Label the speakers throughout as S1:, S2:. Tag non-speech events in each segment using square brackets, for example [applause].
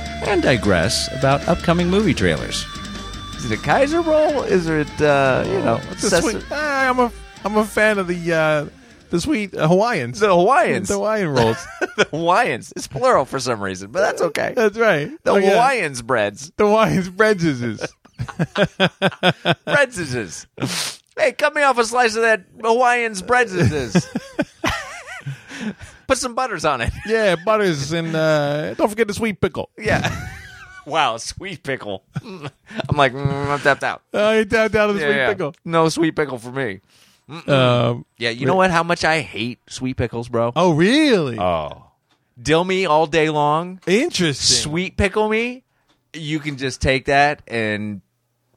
S1: and digress about upcoming movie trailers.
S2: Is it a Kaiser roll? Is it uh, you know
S3: This
S2: sesame-
S3: week, ah, I'm a I'm a fan of the uh, the sweet uh, Hawaiians.
S4: [laughs]
S2: the Hawaiians?
S3: The Hawaiian
S2: [laughs]
S3: rolls.
S2: the Hawaiians. It's plural for some reason, but that's
S4: [laughs]
S2: okay.
S3: That's right.
S2: The
S3: Oh, yeah.
S2: Hawaiians breads,
S3: The Hawaiians breads is is.
S2: breads is is. Hey, cut me off a slice of that Hawaiians breads is
S4: [laughs]
S2: is. Put some butters on it. [laughs]
S3: Yeah, butters and uh, don't forget the sweet pickle.
S2: Yeah. Wow, sweet pickle. Mm. I'm like, mm, I'm tapped out.
S3: Uh, you down down to the
S2: Yeah,
S3: sweet
S2: yeah.
S3: pickle.
S2: No sweet pickle for me.
S3: Um,
S2: Yeah, you know what? How much I hate sweet pickles, bro.
S3: oh, really?
S2: Oh. Dill me all day long.
S3: Interesting.
S2: Sweet pickle me. You can just take that and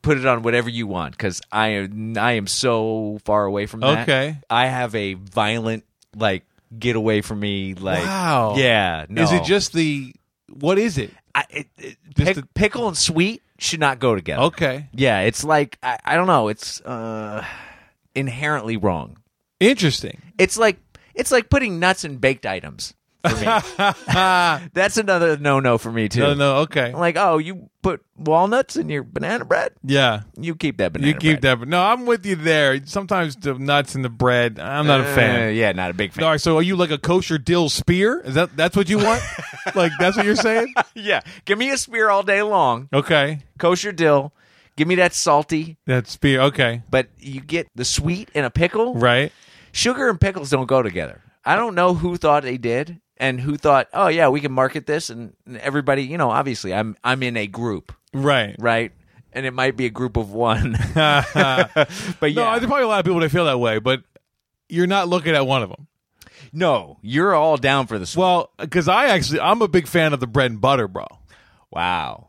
S2: put it on whatever you want because I am I am so far away from that.
S3: Okay.
S2: I have a violent like get away from me. Like
S3: Wow.
S2: yeah. No.
S3: Is it just the what is it?
S2: I, it, it,
S3: Just
S2: pic-
S3: the-
S2: pickle and sweet should not go together?
S3: Okay.
S2: Yeah, it's like I, I don't know. It's uh, inherently wrong. [laughs]
S3: Interesting.
S2: It's like it's like putting nuts in baked items. For
S3: [laughs]
S2: me, that's another no no for me too.
S3: Ah, No, no, okay.
S2: I'm [laughs] like, oh, you put walnuts in your banana bread?
S3: yeah.
S2: You keep that banana.
S3: You keep
S2: bread.
S3: that, but no, I'm with you there. Sometimes the nuts and the bread, I'm not a
S2: Uh,
S3: fan.
S2: yeah, not a big fan.
S3: All right, so are you like a kosher dill spear? Is that that's what you want? like that's what you're saying?
S2: [laughs] yeah, give me a spear all day long.
S3: Okay,
S2: Kosher dill. Give me that salty,
S3: that spear. Okay,
S2: but you get the sweet in a pickle.
S3: right.
S2: Sugar and pickles don't go together. I don't know who thought they did and who thought, oh yeah, we can market this and and everybody, you know, obviously I'm I'm in a group,
S3: Right.
S2: right? And it might be a group of
S3: [laughs]
S2: one. [laughs] but
S3: No,
S2: yeah.
S3: there's probably a lot of people that feel that way, but you're not looking at one of them.
S2: no, you're all down for this.
S3: Well, because I actually, I'm a big fan of the bread and butter, bro.
S2: Wow.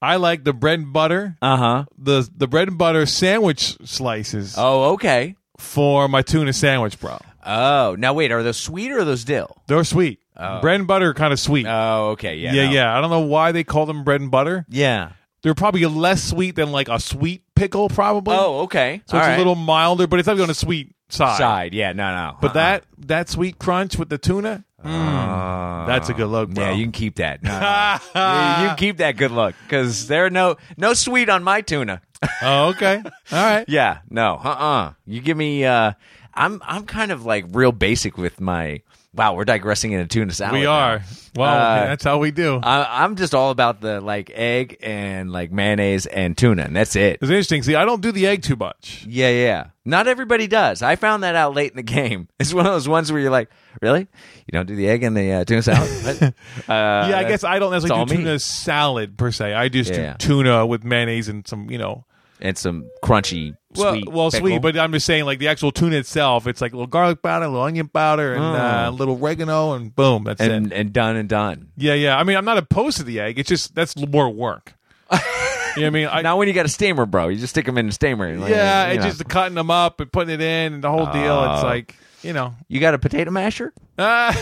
S3: I like the bread and butter,
S2: Uh-huh.
S3: the the bread and butter sandwich slices
S2: Oh, okay.
S3: for my tuna sandwich, bro.
S2: Oh, now wait, are those sweet or are those dill?
S3: They're sweet. Bread and butter, kind of sweet.
S2: Oh, okay, yeah.
S3: yeah,
S2: no.
S3: yeah. I don't know why they call them bread and butter.
S2: Yeah.
S3: They're probably less sweet than like a sweet pickle, probably.
S2: Oh, okay.
S3: so
S2: All
S3: it's
S2: right.
S3: a little milder, but it's not on a sweet side. Uh-huh.
S2: side. Yeah, no, no.
S3: But
S2: Uh-uh.
S3: that that sweet crunch with the tuna, Hmm.
S2: Uh,
S3: that's a good look, bro.
S2: Yeah, you can keep that. No, no, no.
S3: [laughs]
S2: Yeah, you can keep that good look because there are no no sweet on my tuna. [laughs]
S3: oh, [laughs] okay, all right.
S2: Yeah, no, uh, uh You give me. uh I'm I'm kind of like real basic with my. Wow, we're digressing into tuna salad.
S3: We
S2: now.
S3: are. Well,
S2: Uh,
S3: that's how we do.
S2: I, I'm just all about the like egg and like mayonnaise and tuna, and that's it.
S3: it's interesting. See, I don't do the egg too much.
S2: Yeah, yeah. Not everybody does. I found that out late in the [laughs] game. It's one of those ones where you're like, really? You don't do the egg and the uh,
S3: [laughs]
S2: tuna salad? What? uh,
S3: yeah, I guess I don't
S2: that's
S3: necessarily
S2: all
S3: do
S2: me.
S3: tuna salad per se. I just
S2: Yeah.
S3: do tuna with mayonnaise and some, you know,
S2: And some crunchy,
S3: well,
S2: sweet.
S3: well,
S2: pickle.
S3: sweet. But I'm just saying, like the actual tuna itself, it's like a little garlic powder, a little onion powder, and uh, a little oregano, and boom, that's it.
S2: and and done and done.
S3: Yeah, yeah. I mean, I'm not opposed to the egg. It's just that's more [laughs] work. you know what I mean? I,
S2: Now when you got a steamer, bro, you just stick them in the steamer. like,
S3: yeah,
S2: you
S3: it's
S2: know. Uh,
S3: just the cutting them up and putting it in and the whole deal. It's like, you know. [laughs]
S2: you got a potato masher.
S3: Ah,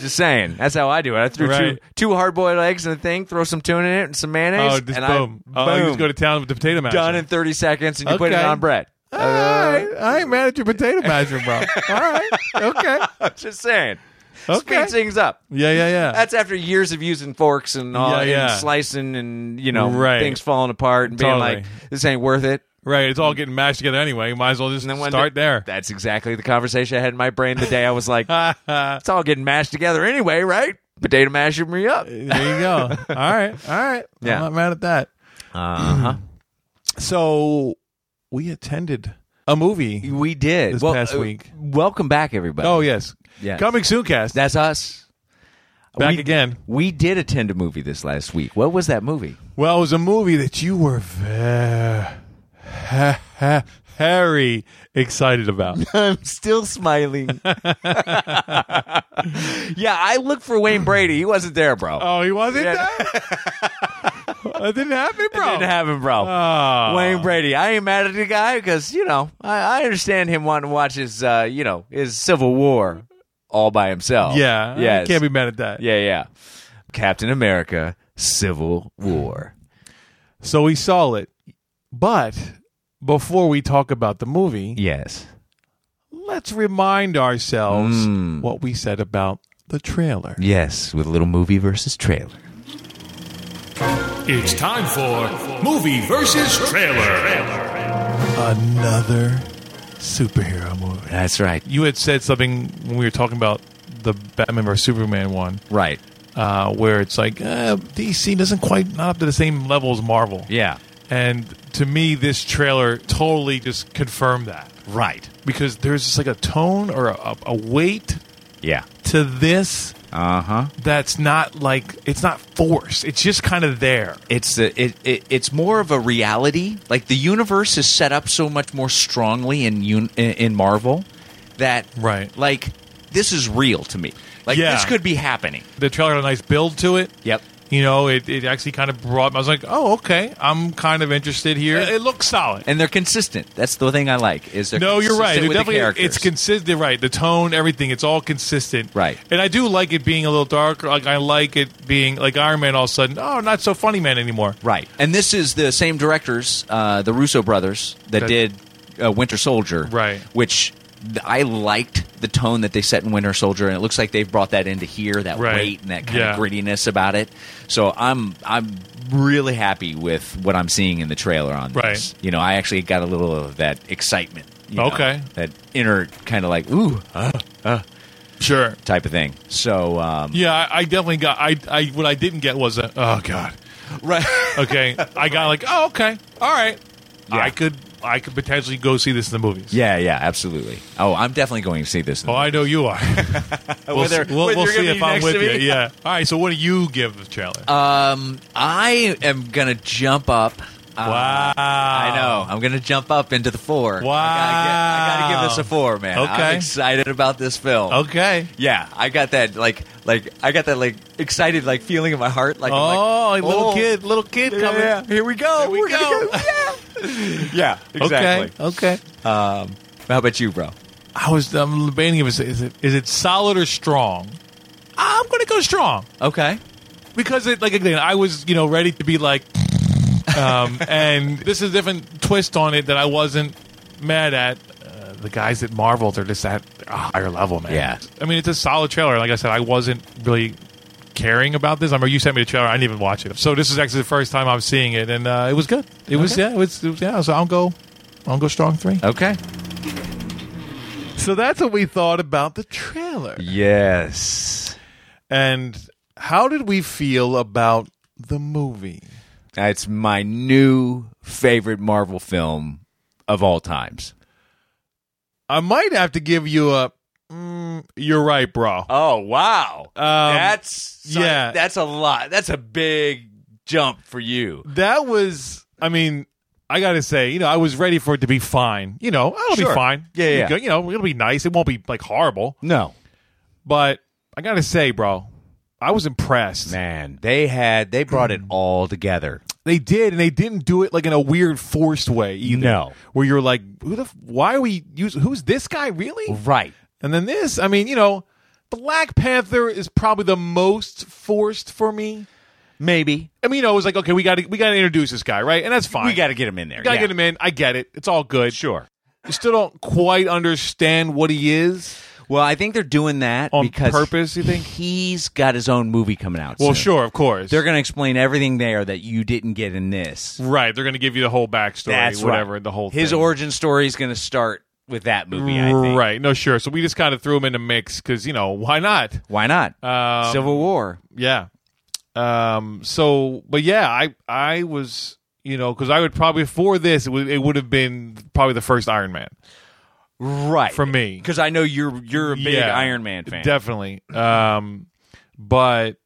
S2: Just saying, that's how I do it. I threw
S3: Right.
S2: two two hard boiled eggs in the thing, throw some tuna in it and some mayonnaise,
S3: oh, just
S2: and
S3: boom.
S2: I,
S3: Oh, you
S2: boom,
S3: just go to town with the potato masher.
S2: done in thirty seconds, and you put it
S3: Okay.
S2: on bread.
S3: [laughs] All right. I ain't mad at your potato masher, bro. All right. Okay.
S2: [laughs] Just saying,
S3: Okay.
S2: speed things up.
S3: Yeah, yeah, yeah.
S2: That's after years of using forks and all
S3: Yeah,
S2: and
S3: yeah.
S2: slicing and you know
S3: Right.
S2: things falling apart and being
S3: Totally.
S2: like this ain't worth it.
S3: right. It's all getting mashed together anyway. You might as well just
S2: And then one
S3: start
S2: day-
S3: there.
S2: That's exactly the conversation I had in my brain the day I was like, [laughs] it's all getting mashed together anyway, right? Potato mashing me
S3: [laughs]
S2: up.
S3: there you go. All right. All right.
S2: Yeah.
S3: I'm not mad at that.
S2: Uh huh.
S3: So we attended a movie.
S2: [clears throat] We did uh,
S3: This past week.
S2: Welcome back, everybody.
S3: Oh, yes.
S2: Yes.
S3: Coming soon, cast.
S2: that's us.
S3: Back
S2: We-
S3: again.
S2: We did attend a movie this last week. What was that movie?
S3: Well, it was a movie that you were very, [laughs] very excited [laughs] about.
S2: [laughs] I'm still
S3: [laughs]
S2: [laughs] smiling. yeah, I looked for Wayne Brady. He wasn't there, bro.
S3: oh, he wasn't
S2: Yeah.
S3: there? That didn't happen, bro.
S2: It didn't happen, bro.
S3: Ah.
S2: Wayne Brady. I ain't mad at the guy because you know I, I understand him wanting to watch his uh, you know his Civil War all by himself.
S3: Yeah, yeah.
S2: Yes.
S3: Can't be mad at that.
S2: Yeah, yeah. Captain America: Civil War.
S3: So we saw it, but before we talk about the movie,
S2: Yes.
S3: let's remind ourselves what we said about the trailer.
S2: Yes, with a little movie versus trailer.
S5: It's time for Movie versus Trailer.
S3: Another superhero movie.
S2: That's right.
S3: You had said something when we were talking about the Batman vs Superman one,
S2: Right.
S3: uh, where it's like uh, DC doesn't quite not up to the same level as Marvel.
S2: Yeah.
S3: And to me, this trailer totally just confirmed that
S2: Right.
S3: because there's just like a tone or a, a, a weight
S2: Yeah.
S3: to this
S2: Uh huh.
S3: Uh-huh. that's not like it's not forced. It's just kind of there.
S2: It's the it, it it's more of a reality. Like the universe is set up so much more strongly in un, in- in Marvel that
S3: Right.
S2: Like this is real to me. Like
S3: Yeah.
S2: this could be happening.
S3: The trailer had a nice build to it.
S2: Yep.
S3: You know, it, it actually kind of brought. I was like, oh, okay, I'm kind of interested here. It, it looks solid.
S2: And they're consistent. That's the thing I like. Is they're
S3: no, you're
S2: consistent
S3: right. It
S2: with the
S3: definitely it's
S2: characters.
S3: consistent. Right, the tone, everything. It's all consistent.
S2: Right.
S3: And I do like it being a little darker. Like I like it being like Iron Man. All of a sudden, oh, not so funny man anymore.
S2: right. And this is the same directors, uh, the Russo brothers, that
S3: That-
S2: did uh, Winter Soldier.
S3: Right.
S2: Which th- I liked the tone that they set in Winter Soldier, and it looks like they've brought that into here. That
S3: Right.
S2: weight and that kind
S3: Yeah.
S2: of grittiness about it. So I'm I'm really happy with what I'm seeing in the trailer on this.
S3: Right.
S2: You know, I actually got a little of that excitement. you know,
S3: Okay.
S2: that inner kind of like ooh
S3: Sure.
S2: type of thing. So um,
S3: Yeah, I, I definitely got. I, I what I didn't get was a oh god.
S2: right.
S3: Okay, I got like oh okay, all right.
S2: Yeah.
S3: I could I could potentially go see this in the movies.
S2: [laughs] Yeah, yeah, absolutely. Oh, I'm definitely going to see this.
S3: Oh, I know you
S2: [laughs]
S3: are. we'll
S2: Whether-
S3: s- we'll,
S2: whether
S3: we'll
S2: you're
S3: see
S2: gonna
S3: if
S2: be
S3: I'm
S2: next
S3: with
S2: to
S3: you.
S2: me. [laughs]
S3: Yeah. All right. So, what do you give the trailer?
S2: um, I am gonna jump up. Uh,
S3: wow.
S2: I know. I'm gonna jump up into the four.
S3: Wow.
S2: I gotta, get, I gotta give this a four, man.
S3: Okay.
S2: I'm excited about this film.
S3: Okay.
S2: Yeah, I got that like like I got that like excited like feeling in my heart. Like
S3: Oh,
S2: I'm like,
S3: little
S2: oh,
S3: kid, little kid
S2: Yeah,
S3: coming.
S2: yeah, here we go.
S3: Here we
S2: We're gonna
S3: go. [laughs]
S2: yeah. yeah, exactly. Um,
S3: Okay. Okay.
S2: How about you, bro?
S3: I was I'm debating if it's, is it is it solid or strong. I'm gonna go strong
S2: Okay.
S3: because it like again I was you know ready to be like, [laughs] um, and this is a different twist on it that I wasn't mad at. Uh, The guys at Marvel, they're just at a higher level, man.
S2: Yeah.
S3: I mean, it's a solid trailer. Like I said, I wasn't really caring about this. I remember you sent me the trailer. I didn't even watch it. So this is actually the first time I'm seeing it, and uh, it was good. It was yeah, it was, it was yeah. So I'll go, I'll go strong three.
S2: Okay.
S3: So that's what we thought about the trailer.
S2: Yes.
S3: And how did we feel about the movie?
S2: It's my new favorite Marvel film of all times.
S3: I might have to give you a. Mm, you're right, bro.
S2: Oh wow, that's
S3: Um, yeah.
S2: that's a lot. That's a big jump for you.
S3: That was. I mean, I gotta say, you know, I was ready for it to be fine. You know, it'll be
S2: Sure.
S3: fine.
S2: Yeah, yeah.
S3: It'll go- You know, it'll be nice. It won't be like horrible.
S2: No,
S3: But I gotta say, bro, I was impressed.
S2: man, they had they brought it all together.
S3: They did, and they didn't do it like in a weird, forced way either.
S2: No.
S3: where you're like, who the? f- Why are we using? Who's this guy really?
S2: Right.
S3: And then this, I mean, you know, Black Panther is probably the most forced for me.
S2: Maybe
S3: I mean, you know, it was like, okay, we got to we got to introduce this guy, right? And that's fine.
S2: we got to get him in there.
S3: got to
S2: yeah.
S3: get him in. I get it. It's all good.
S2: Sure.
S3: You still don't quite understand what he is.
S2: Well, I think they're doing that
S3: On
S2: because
S3: purpose, you think?
S2: he's got his own movie coming out.
S3: Well,
S2: soon.
S3: sure, of course.
S2: They're going to explain everything there that you didn't get in this.
S3: right. They're going to give you the whole backstory,
S2: That's
S3: whatever,
S2: right.
S3: the whole
S2: his
S3: thing.
S2: origin story is going to start with that movie. I think.
S3: Right. No, sure. So we just kind of threw him in the mix because you know why not?
S2: Why not?
S3: Um,
S2: Civil War.
S3: Yeah. Um. So, but yeah, I I was you know because I would probably for this it would it would have been probably the first Iron Man.
S2: Right.
S3: for me.
S2: Because I know you're you're a big
S3: Yeah,
S2: Iron Man fan.
S3: Definitely. Um, but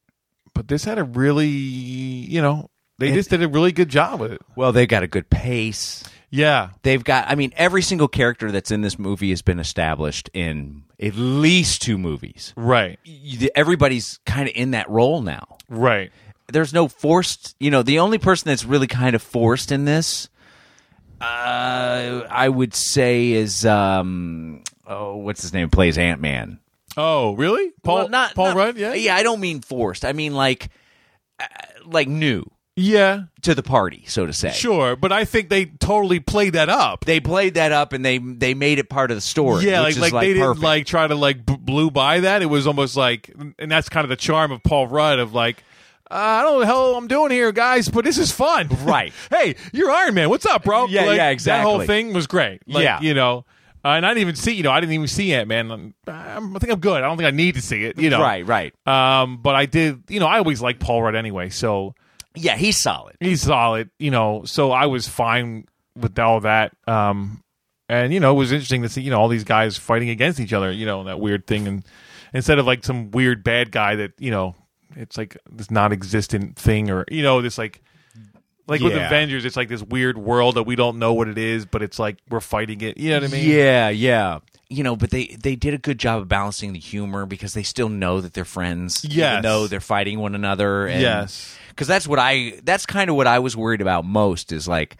S3: but this had a really you know they just did a really good job with it.
S2: well, they've got a good pace.
S3: Yeah.
S2: They've got I mean, every single character that's in this movie has been established in at least two movies.
S3: Right.
S2: Y- Everybody's kind of in that role now.
S3: Right.
S2: there's no forced. You know, the only person that's really kind of forced in this, uh, I would say, is um, oh, what's his name? Plays Ant Man.
S3: Oh, really? Paul
S2: Well, not
S3: Paul
S2: not-
S3: Rudd? Yeah.
S2: yeah. I don't mean forced. I mean like, uh, like new
S3: Yeah.
S2: to the party, so to say.
S3: Sure, but I think they totally played that up.
S2: They played that up and they they made it part of the story.
S3: yeah, like
S2: which is,
S3: like,
S2: like
S3: they
S2: perfect.
S3: didn't like try to like b- blew by that. It was almost like, and that's kind of the charm of Paul Rudd of like. Uh, I don't know what the hell I'm doing here, guys, but this is fun. [laughs]
S2: Right.
S3: hey, you're Iron Man. What's up, bro?
S2: Yeah,
S3: Like,
S2: yeah,
S3: That whole
S2: exactly.
S3: thing was great. Like,
S2: Yeah.
S3: you know, uh, and I didn't even see. You know, I didn't even see Ant Man. I'm- I'm- I think I'm good. I don't think I need to see it. You know,
S2: Right, right.
S3: Um, but I did. You know, I always like Paul Rudd anyway, so
S2: Yeah, he's solid.
S3: he's solid, you know. So I was fine with all that. Um, and you know, it was interesting to see, you know, all these guys fighting against each other, you know, and that weird thing, and instead of like some weird bad guy that you know, it's like this non-existent thing, or you know, this like. Like with
S2: Yeah.
S3: Avengers, it's like this weird world that we don't know what it is, but it's like we're fighting it. You know what I mean?
S2: Yeah, yeah. You know, but they they did a good job of balancing the humor because they still know that they're friends.
S3: Yes.
S2: even though they're fighting one another. And,
S3: Yes.
S2: because that's what I that's kind of what I was worried about most is like.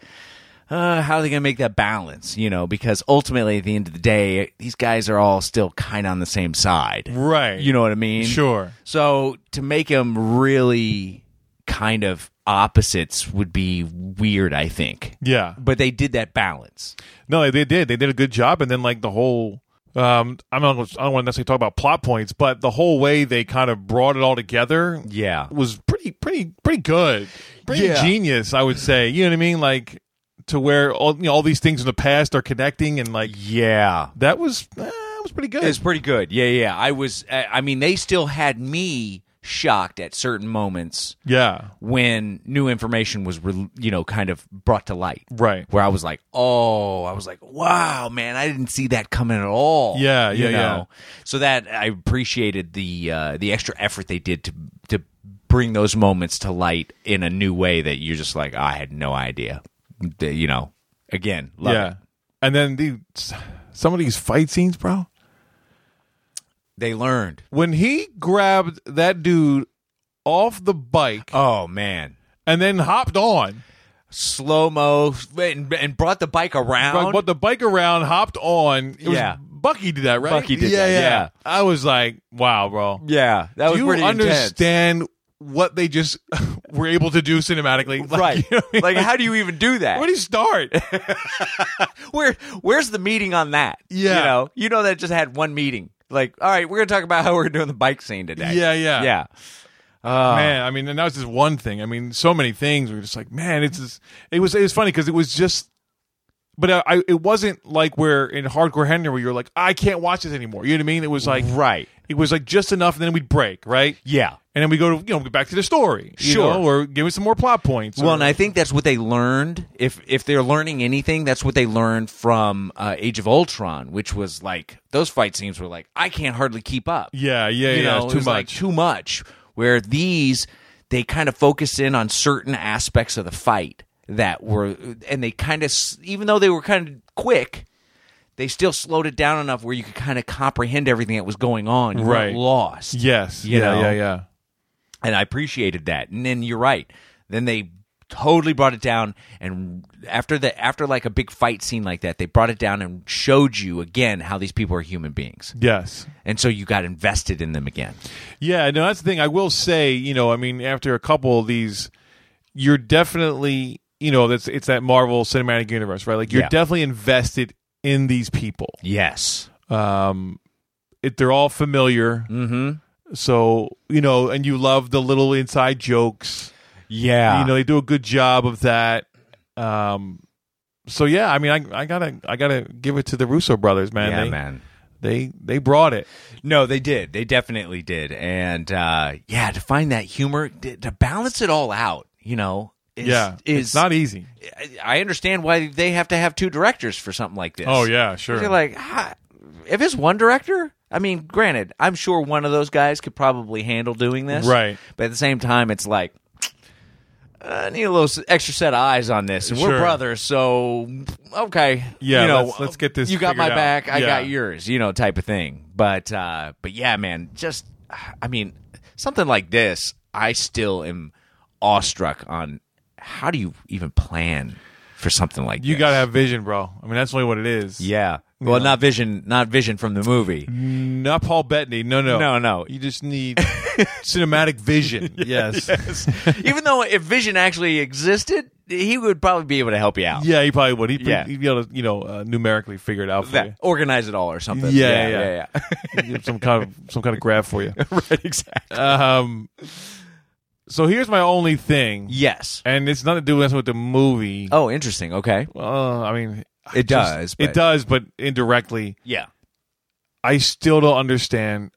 S2: Uh, how are they going to make that balance? You know, because ultimately, at the end of the day, these guys are all still kind of on the same side,
S3: Right.
S2: You know what I mean?
S3: Sure.
S2: So to make them really kind of opposites would be weird, I think.
S3: Yeah.
S2: But they did that balance.
S3: No, they- they did. They did a good job, and then like the whole. Um, I'm not. Gonna, I don't want to necessarily talk about plot points, but the whole way they kind of brought it all together,
S2: Yeah.
S3: was pretty, pretty, pretty good. Pretty
S2: Yeah.
S3: genius, I would say. You know what I mean? Like to where all you know, all these things in the past are connecting, and like
S2: Yeah.
S3: that was uh, that was pretty good.
S2: It's pretty good. Yeah, yeah. I was. I I mean, they still had me shocked at certain moments
S3: yeah,
S2: when new information was, re- you know, kind of brought to light.
S3: Right.
S2: Where I was like, oh, I was like, wow, man, I didn't see that coming at all.
S3: Yeah,
S2: you
S3: yeah, yeah.
S2: So that I appreciated the uh, the extra effort they did to to bring those moments to light in a new way that you're just like, I had no idea. The- you know, again, love
S3: yeah.
S2: it.
S3: And then the some of these fight scenes, bro.
S2: They learned.
S3: When he grabbed that dude off the bike
S2: Oh man.
S3: and then hopped on.
S2: slow mo and, and brought the bike around.
S3: But, but the bike around hopped on. It was-
S2: Yeah.
S3: Bucky did that, right?
S2: Bucky did
S3: yeah,
S2: that,
S3: Yeah,
S2: yeah.
S3: I was like, wow, bro.
S2: yeah, that
S3: Do
S2: was
S3: you
S2: pretty intense.
S3: understand what they just [laughs] were able to do cinematically? [laughs] Like, [laughs]
S2: Right?
S3: you know what I mean?
S2: Like, how Uh. do you even do that?
S3: where do you start?
S2: [laughs] Where where's the meeting on that?
S3: Yeah.
S2: you know, you know that just had one meeting. Like, all right, we're gonna talk about how we're doing the bike scene today.
S3: Yeah, yeah.
S2: yeah.
S3: man, I mean, and that was just one thing. I mean, so many things. We were just like, man, it's just, it was it was funny because it was just, but I, I it wasn't like where in Hardcore Henry where you're like, I can't watch this anymore. You know what I mean? It was like
S2: Right.
S3: It was like just enough, and then we'd break, right?
S2: Yeah.
S3: and then we go to you know get back to the story, you
S2: Sure.
S3: know, or give us some more plot points.
S2: Well,
S3: or-
S2: and I think that's what they learned. If if they're learning anything, that's what they learned from uh, Age of Ultron, which was like those fight scenes were like I can't hardly keep up.
S3: yeah, yeah, yeah,
S2: you know,
S3: it's
S2: it
S3: too
S2: was,
S3: much.
S2: like, too much. Where these, they kind of focus in on certain aspects of the fight that were, and they kind of, s- even though they were kind of quick, they still slowed it down enough where you could kind of comprehend everything that was going on. You
S3: Right.
S2: weren't lost.
S3: yes,
S2: you
S3: yeah,
S2: know.
S3: yeah, yeah.
S2: And I appreciated that. And then you're right. Then they totally brought it down and after the after like a big fight scene like that they brought it down and showed you again how these people are human beings
S3: Yes.
S2: and so you got invested in them again
S3: Yeah, no, that's the thing. I will say, you know, I mean, after a couple of these, you're definitely, you know, that's it's that Marvel Cinematic Universe, right? Like you're
S2: Yeah.
S3: definitely invested in these people.
S2: yes
S3: Um, it, they're all familiar, mm-hmm. so you know, and you love the little inside jokes.
S2: yeah
S3: You know, they do a good job of that. Um, so yeah, I mean, I, I gotta, I gotta give it to the Russo brothers, man.
S2: yeah,
S3: they,
S2: man.
S3: they, they brought it.
S2: No, they did. They definitely did. And uh, yeah, to find that humor, to, to balance it all out, you know, is,
S3: yeah,
S2: is
S3: it's not easy.
S2: I understand why they have to have two directors for something like this.
S3: Oh yeah, sure.
S2: You're like, "Ah, if it's one director, I mean, granted, I'm sure one of those guys could probably handle doing this,
S3: Right.
S2: But at the same time, it's like. "Uh, I need a little s- extra set of eyes on this, and we're
S3: Sure.
S2: brothers, so okay.
S3: Yeah,
S2: you know,
S3: let's- let's get this
S2: You got my
S3: figured out.
S2: back, I
S3: Yeah.
S2: got yours, you know, type of thing. But uh, but yeah, man, just I mean, something like this, I still am awestruck on how do you even plan for something like
S3: You
S2: this?
S3: got to have vision, bro. I mean, that's really what it is.
S2: yeah. Well, not vision, not vision from the
S3: [laughs]
S2: movie.
S3: Not Paul Bettany. No, no.
S2: No, no.
S3: You just need [laughs] cinematic vision.
S2: [laughs]
S3: yes.
S2: even though if vision actually existed, he would probably be able to help you out.
S3: Yeah, he probably would. He'd,
S2: Yeah.
S3: he'd be able to, you know, uh, numerically figure it out for
S2: That- organize it all or something.
S3: Yeah, yeah.
S2: yeah.
S3: [laughs]
S2: [laughs]
S3: you. He'd give some kind of some kind of grab for you.
S2: right, exactly.
S3: Um, so here's my only thing,
S2: yes.
S3: and it's nothing to do with with the movie.
S2: Oh, interesting. Okay.
S3: Well, I mean, I
S2: It
S3: just-
S2: does, but-
S3: It does, but indirectly,
S2: Yeah.
S3: I still don't understand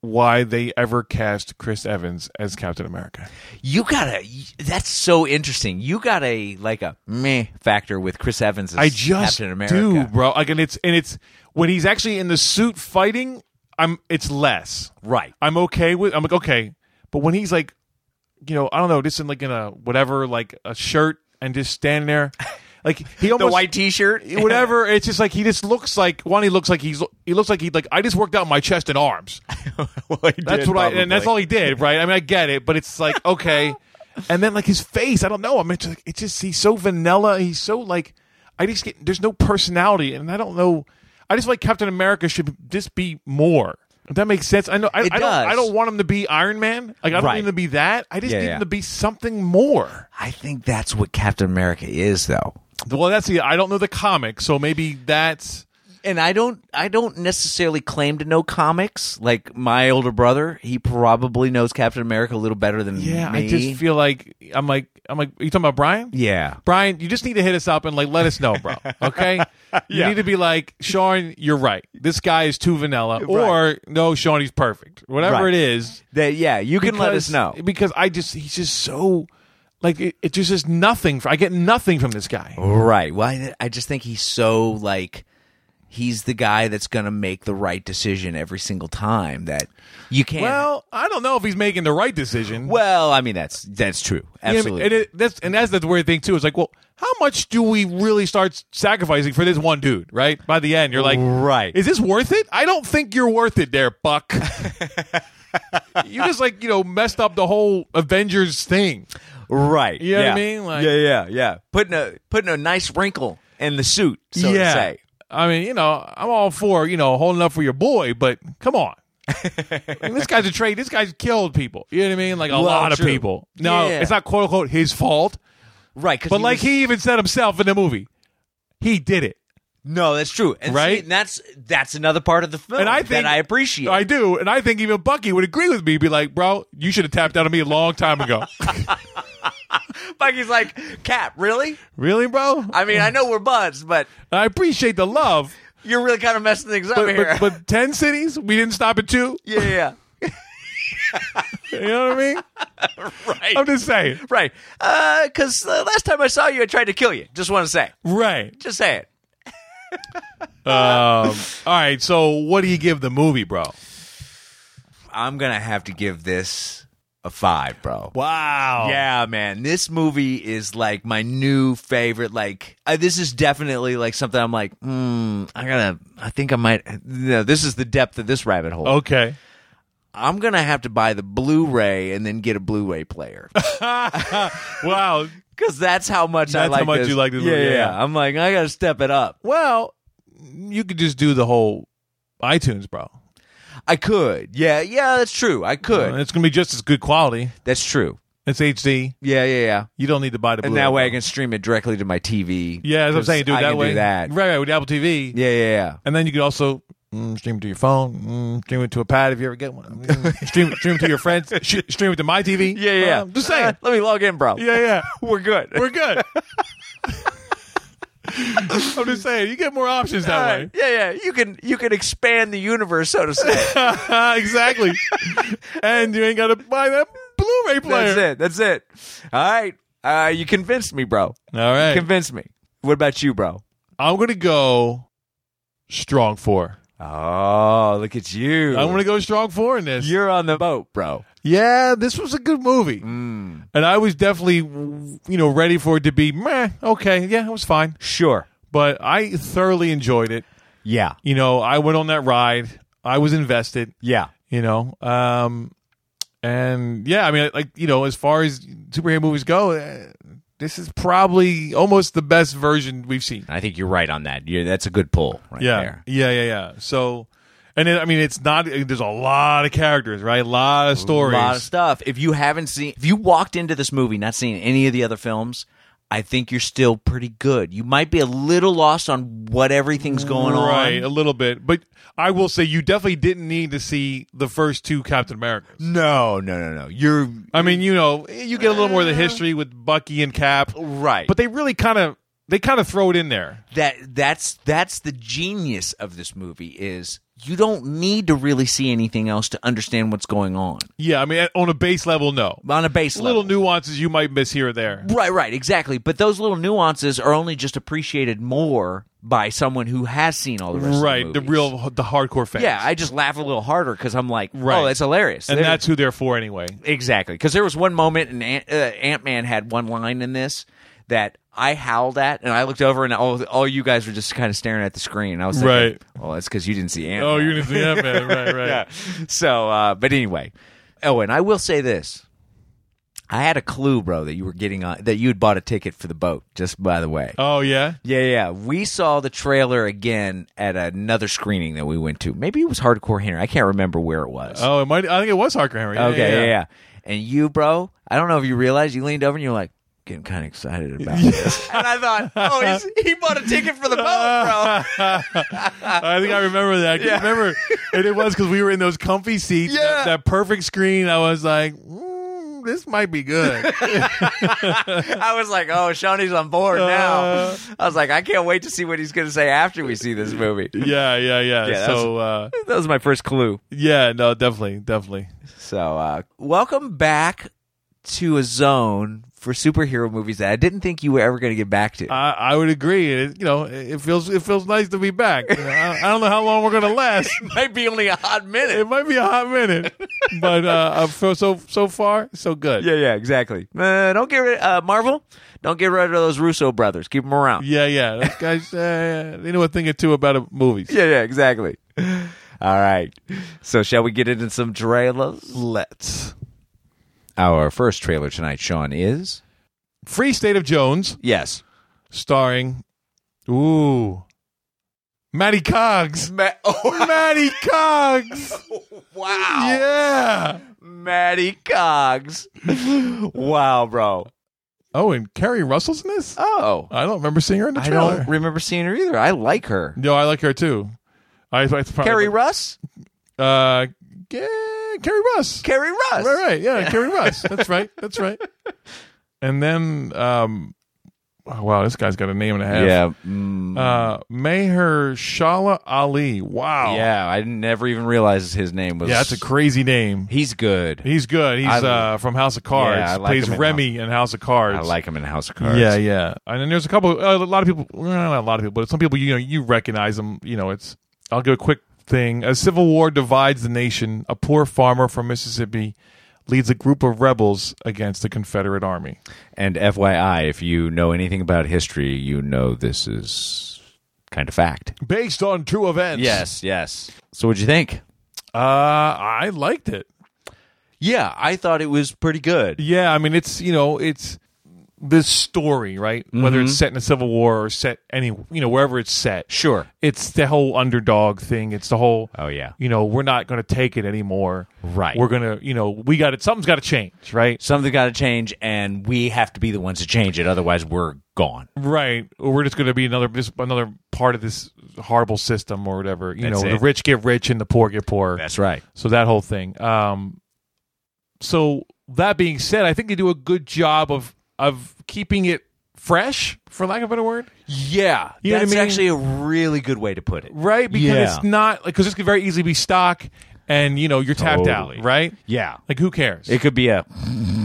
S3: why they ever cast Chris Evans as Captain America.
S2: You gotta. That's so interesting. You got a like a meh factor with Chris Evans. As
S3: I just
S2: Captain America.
S3: do, bro. Like, and it's and it's when he's actually in the suit fighting, I'm it's less.
S2: Right.
S3: I'm okay with. I'm like okay, but when he's like, you know, I don't know, just in like in a whatever, like a shirt, and just standing there,
S2: [laughs]
S3: like he
S2: The
S3: almost
S2: white T-shirt.
S3: [laughs] whatever. It's just like he just looks like one. He looks like he's he looks like he like I just worked out my chest and arms.
S2: Well, he did,
S3: That's what I and that's
S2: probably.
S3: all he did, right? I mean, I get it, but it's
S2: [laughs]
S3: like okay, and then like his face, I don't know. I mean, it's, like, it's just he's so vanilla. He's so like I just get there's no personality, and I don't know. I just feel like Captain America should just be more. If that makes sense. I know. I,
S2: It
S3: I don't.
S2: does.
S3: I don't want him to be Iron Man. Like I don't
S2: Right.
S3: need him to be that. I just
S2: Yeah,
S3: need
S2: yeah.
S3: him to be something more.
S2: I think that's what Captain America is, though.
S3: Well, that's the. I don't know the comic, so maybe that's.
S2: and I don't I don't necessarily claim to know comics. Like my older brother, he probably knows Captain America a little better than
S3: Yeah,
S2: me.
S3: I just feel like I'm like I'm like. Are you talking about Brian?
S2: yeah.
S3: Brian, you just need to hit us up and like let us know,
S2: [laughs]
S3: bro. Okay, you need to be like Sean. You're right. This guy is too vanilla, or no, Sean, he's perfect. Whatever it
S2: Right.
S3: is,
S2: That yeah, you can let us
S3: because-
S2: know.
S3: because I just he's just so like it, it just is nothing. For, I get nothing from this guy.
S2: Oh, Right. Well, I, I just think he's so like he's the guy that's going to make the right decision every single time that you can't
S3: Well, I don't know if he's making the right decision.
S2: Well, I mean that's that's true.
S3: You know what I mean?
S2: Absolutely.
S3: and, it, that's, and that's the weird thing too. It's like, well, how much do we really start sacrificing for this one dude? Right by the end, you're like,
S2: Right.
S3: Is this worth it? I don't think you're worth it, there,
S2: [laughs]
S3: Buck. you just like you know messed up the whole Avengers thing.
S2: right.
S3: You know what
S2: yeah.
S3: I mean? Like-
S2: yeah, yeah, yeah. Putting a putting a nice wrinkle in the suit, so to say.
S3: I mean, you know, I'm all for you know holding up for your boy, but come
S2: [laughs]
S3: on. I mean, this guy's a trade. This guy's killed people. You know what I mean? Like a
S2: Well,
S3: lot of
S2: true.
S3: people. No,
S2: Yeah.
S3: it's not quote unquote his fault,
S2: Right, 'cause
S3: but like
S2: was-
S3: he even said himself in the movie, he did it.
S2: No, that's true. And see,
S3: Right?
S2: and that's that's another part of the film
S3: and I think
S2: that I appreciate.
S3: I do, and I think even Bucky would agree with me. Be like, bro, you should have tapped out of me a long time
S2: [laughs]
S3: ago.
S2: Bucky's like, Cap, really?
S3: really, bro? I,
S2: I mean, I know we're buds, but
S3: appreciate the love,
S2: you're really kind of messing things up
S3: but,
S2: here.
S3: but, but ten cities, we didn't stop at two.
S2: [laughs] yeah, yeah,
S3: You know what I mean?
S2: [laughs] right,
S3: I'm just saying,
S2: right. Because uh, last time I saw you, I tried to kill you. Just want to say,
S3: right?
S2: just say it.
S3: Um, all right. So, what do you give the movie, bro?
S2: I'm gonna have to give this a five, bro.
S3: Wow.
S2: Yeah, man. This movie is like my new favorite. Like, I, this is definitely like something I'm like, hmm, I gotta, I think I might, no, this is the depth of this rabbit hole.
S3: Okay.
S2: I'm going to have to buy the Blu ray and then get a Blu ray player. [laughs]
S3: Wow.
S2: Because that's how much I
S3: That's how
S2: like
S3: much you like this
S2: yeah,
S3: movie,
S2: Yeah,
S3: yeah.
S2: I'm like, I gotta step it up.
S3: well, you could just do the whole iTunes, bro.
S2: I could. Yeah, yeah, that's true. I could.
S3: Uh, It's gonna be just as good quality.
S2: that's true.
S3: It's HD.
S2: Yeah, yeah, yeah.
S3: You don't need to buy the.
S2: And
S3: Blu-ray,
S2: that way I
S3: bro.
S2: can stream it directly to my TV.
S3: Yeah, that's what I'm
S2: 'Cause
S3: saying. Do it
S2: I
S3: that
S2: can
S3: way.
S2: Do that.
S3: Right, right. With Apple TV.
S2: Yeah, yeah, yeah.
S3: And then you could also mm, stream it to your phone, mm, stream it to a pad if you ever get one. Mm, stream, stream it to your
S2: [laughs]
S3: friends, sh- stream it to my TV.
S2: Yeah, yeah.
S3: Um, just saying.
S2: Uh, [laughs] let me log in, bro.
S3: yeah, yeah.
S2: We're good.
S3: We're good.
S2: [laughs]
S3: I'm just saying, you get more options
S2: All
S3: that
S2: right. Yeah, yeah. You can you can expand the universe,
S3: [laughs]
S2: so to say.
S3: way. exactly. and you ain't got to buy that Blu-ray player.
S2: that's it. That's it. All right. Uh, you convinced me, bro.
S3: All right.
S2: Convinced me. What about you, bro?
S3: I'm going to go strong four.
S2: Oh, look at you.
S3: I'm going to go strong four in this.
S2: You're on the boat, bro.
S3: Yeah, this was a good movie.
S2: Mm.
S3: And I was definitely, you know, ready for it to be, meh, okay, yeah, it was fine.
S2: Sure.
S3: But I thoroughly enjoyed it.
S2: Yeah.
S3: You know, I went on that ride. I was invested,
S2: Yeah.
S3: you know. Um, And yeah, I mean, like you know, as far as superhero movies go, eh, this is probably almost the best version we've seen.
S2: I think you're right on that. you that's a good pull right
S3: yeah,
S2: there.
S3: yeah, yeah, yeah. So, and it, I mean, it's not. There's a lot of characters, right? A lot of stories.
S2: A lot of stuff. If you haven't seen, if you walked into this movie not seeing any of the other films, I think you're still pretty good. You might be a little lost on what everything's going
S3: Right, a
S2: on.
S3: little bit, but I will say you definitely didn't need to see the first two Captain Americas.
S2: No, no, no, no. You're
S3: I mean, you know, you get a little more of the history with Bucky and Cap,
S2: right.
S3: But they really kind of they kind of throw it in there.
S2: that that's that's the genius of this movie is you don't need to really see anything else to understand what's going on
S3: Yeah, I mean, on a base level, no,
S2: on a base
S3: little
S2: level.
S3: nuances you might miss here or there.
S2: Right, right, exactly. But those little nuances are only just appreciated more by someone who has seen all the rest
S3: Right,
S2: of
S3: the
S2: the movies.
S3: real the hardcore fans.
S2: Yeah, I just laugh a little harder because I'm like,
S3: Right.
S2: oh, that's hilarious.
S3: and
S2: There-
S3: that's who they're for
S2: [laughs]
S3: anyway.
S2: exactly because there was one moment and Ant, uh, Ant-Man had one line in this that I howled at, and I looked over and all, all you guys were just kind of staring at the screen. And I was like,
S3: Right.
S2: well, that's because you didn't see Ant.
S3: Oh, you're gonna see that man, right? Right.
S2: [laughs] yeah. So, uh, but anyway, oh, and I will say this: I had a clue, bro, that you were getting on that you had bought a ticket for the boat. Just by the way,
S3: Oh yeah.
S2: yeah, yeah. We saw the trailer again at another screening that we went to. Maybe it was Hardcore Henry. I can't remember where it was.
S3: Oh, it might. I think it was Harker Henry. Yeah,
S2: okay, yeah,
S3: yeah.
S2: yeah, And you, bro, I don't know if you realized you leaned over and you're like. Getting kind of excited about
S3: [laughs]
S2: this, and I thought, "Oh, he's, he bought a ticket for the boat, bro."
S3: I think I remember that. I can remember, and it was because we were in those comfy seats. that-
S2: Yeah.
S3: That, perfect screen. I was like, "Ooh, this might be
S2: [laughs]
S3: good.
S2: I was like, "Oh, Shawnee's on board
S3: Uh.
S2: now." I was like, "I can't wait to see what he's going to say after we see this movie."
S3: yeah, yeah, yeah.
S2: Yeah,
S3: so, uh,
S2: That was my first clue.
S3: yeah, no, definitely, definitely.
S2: So, uh, welcome back to a zone for superhero movies that I didn't think you were ever going to get back to.
S3: I, I would agree. It, you know, it feels it feels nice to be back. You know, I, I don't know how long we're gonna last. [laughs]
S2: Might be only a hot minute.
S3: It might be a hot minute, but uh, I feel so so far so good.
S2: Yeah, yeah, exactly. Uh, don't get rid. Uh, Marvel, don't get rid of those Russo brothers. Keep them around.
S3: yeah, yeah. Those guys, uh, they know a thing or two about uh, movies.
S2: yeah, yeah, exactly. All right. So, shall we get into some trailers?
S3: Let's
S2: Our first trailer tonight, Sean, is
S3: Free State of Jones.
S2: yes.
S3: starring ooh Matty Cogs.
S2: Ma- [laughs] oh,
S3: Matty Cogs.
S2: wow.
S3: yeah.
S2: Maddie Cogs. wow, bro.
S3: Oh, and Carrie Russell's in this?
S2: Oh,
S3: I don't remember seeing her in the
S2: I
S3: trailer.
S2: don't remember seeing her either. I like her.
S3: no, I like her too. I, I probably,
S2: Carrie Russ?
S3: Uh, yeah, Carrie Russ.
S2: Carrie Russ.
S3: right, right. Yeah, Carrie Russ. That's right. That's
S2: [laughs]
S3: right. And then um oh, wow, this guy's got a name and a half.
S2: Yeah. mm,
S3: Uh Meher Shala Ali. Wow.
S2: yeah, I never even realized his name was
S3: Yeah, that's a crazy name.
S2: He's good.
S3: He's good. He's
S2: I-
S3: uh, from House of Cards.
S2: Yeah, I like
S3: Plays
S2: him in
S3: Remy in House of Cards.
S2: I like him in House of Cards.
S3: Yeah, yeah. And then there's a couple, uh, a lot of people, well, not a lot of people, but some people, you know, you recognize them. You know, it's, I'll give a quick thing. A civil war divides the nation. A poor farmer from Mississippi leads a group of rebels against the Confederate Army.
S2: And FYI, if you know anything about history, you know this is kind of fact.
S3: Based on true events.
S2: Yes, yes. So what'd you think?
S3: Uh, I liked it.
S2: Yeah, I thought it was pretty good.
S3: Yeah, I mean, it's, you know, it's this story, right? Whether
S2: Mm-hmm.
S3: it's set in a civil war or set any, you know, wherever it's set.
S2: Sure.
S3: it's the whole underdog thing. It's the whole
S2: Oh, yeah.
S3: you know, we're not going to take it anymore.
S2: Right.
S3: We're gonna, you know, we got it. Something's got to change, right?
S2: Something got to change, and we have to be the ones to change it. Otherwise, we're gone.
S3: Right. Or we're just going to be another just another part of this horrible system or whatever. You
S2: That's
S3: know,
S2: it.
S3: the rich get rich and the poor get poor.
S2: right.
S3: So that whole thing. Um, so that being said, I think they do a good job of of keeping it fresh, for lack of a better word.
S2: Yeah,
S3: You know what I
S2: that's
S3: mean?
S2: actually a really good way to put it.
S3: right? Because
S2: Yeah.
S3: it's not because this could very easily be stock, and you know you're tapped
S2: Totally.
S3: out, right?
S2: Yeah,
S3: Like who cares?
S2: it could be a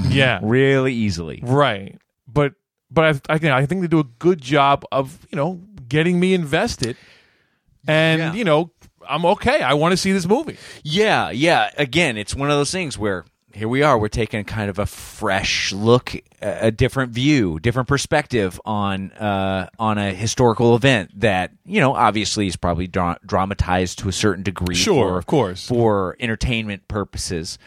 S3: yeah,
S2: really easily.
S3: right. But but I I, think- I think they do a good job of you know getting me invested, and
S2: Yeah.
S3: you know I'm okay. I want to see this movie.
S2: Yeah, yeah. Again, it's one of those things where here we are. We're taking kind of a fresh look, a a different view, different perspective on uh, on a historical event that you know obviously is probably dra- dramatized to a certain degree.
S3: Sure,
S2: for-
S3: of course.
S2: for entertainment purposes,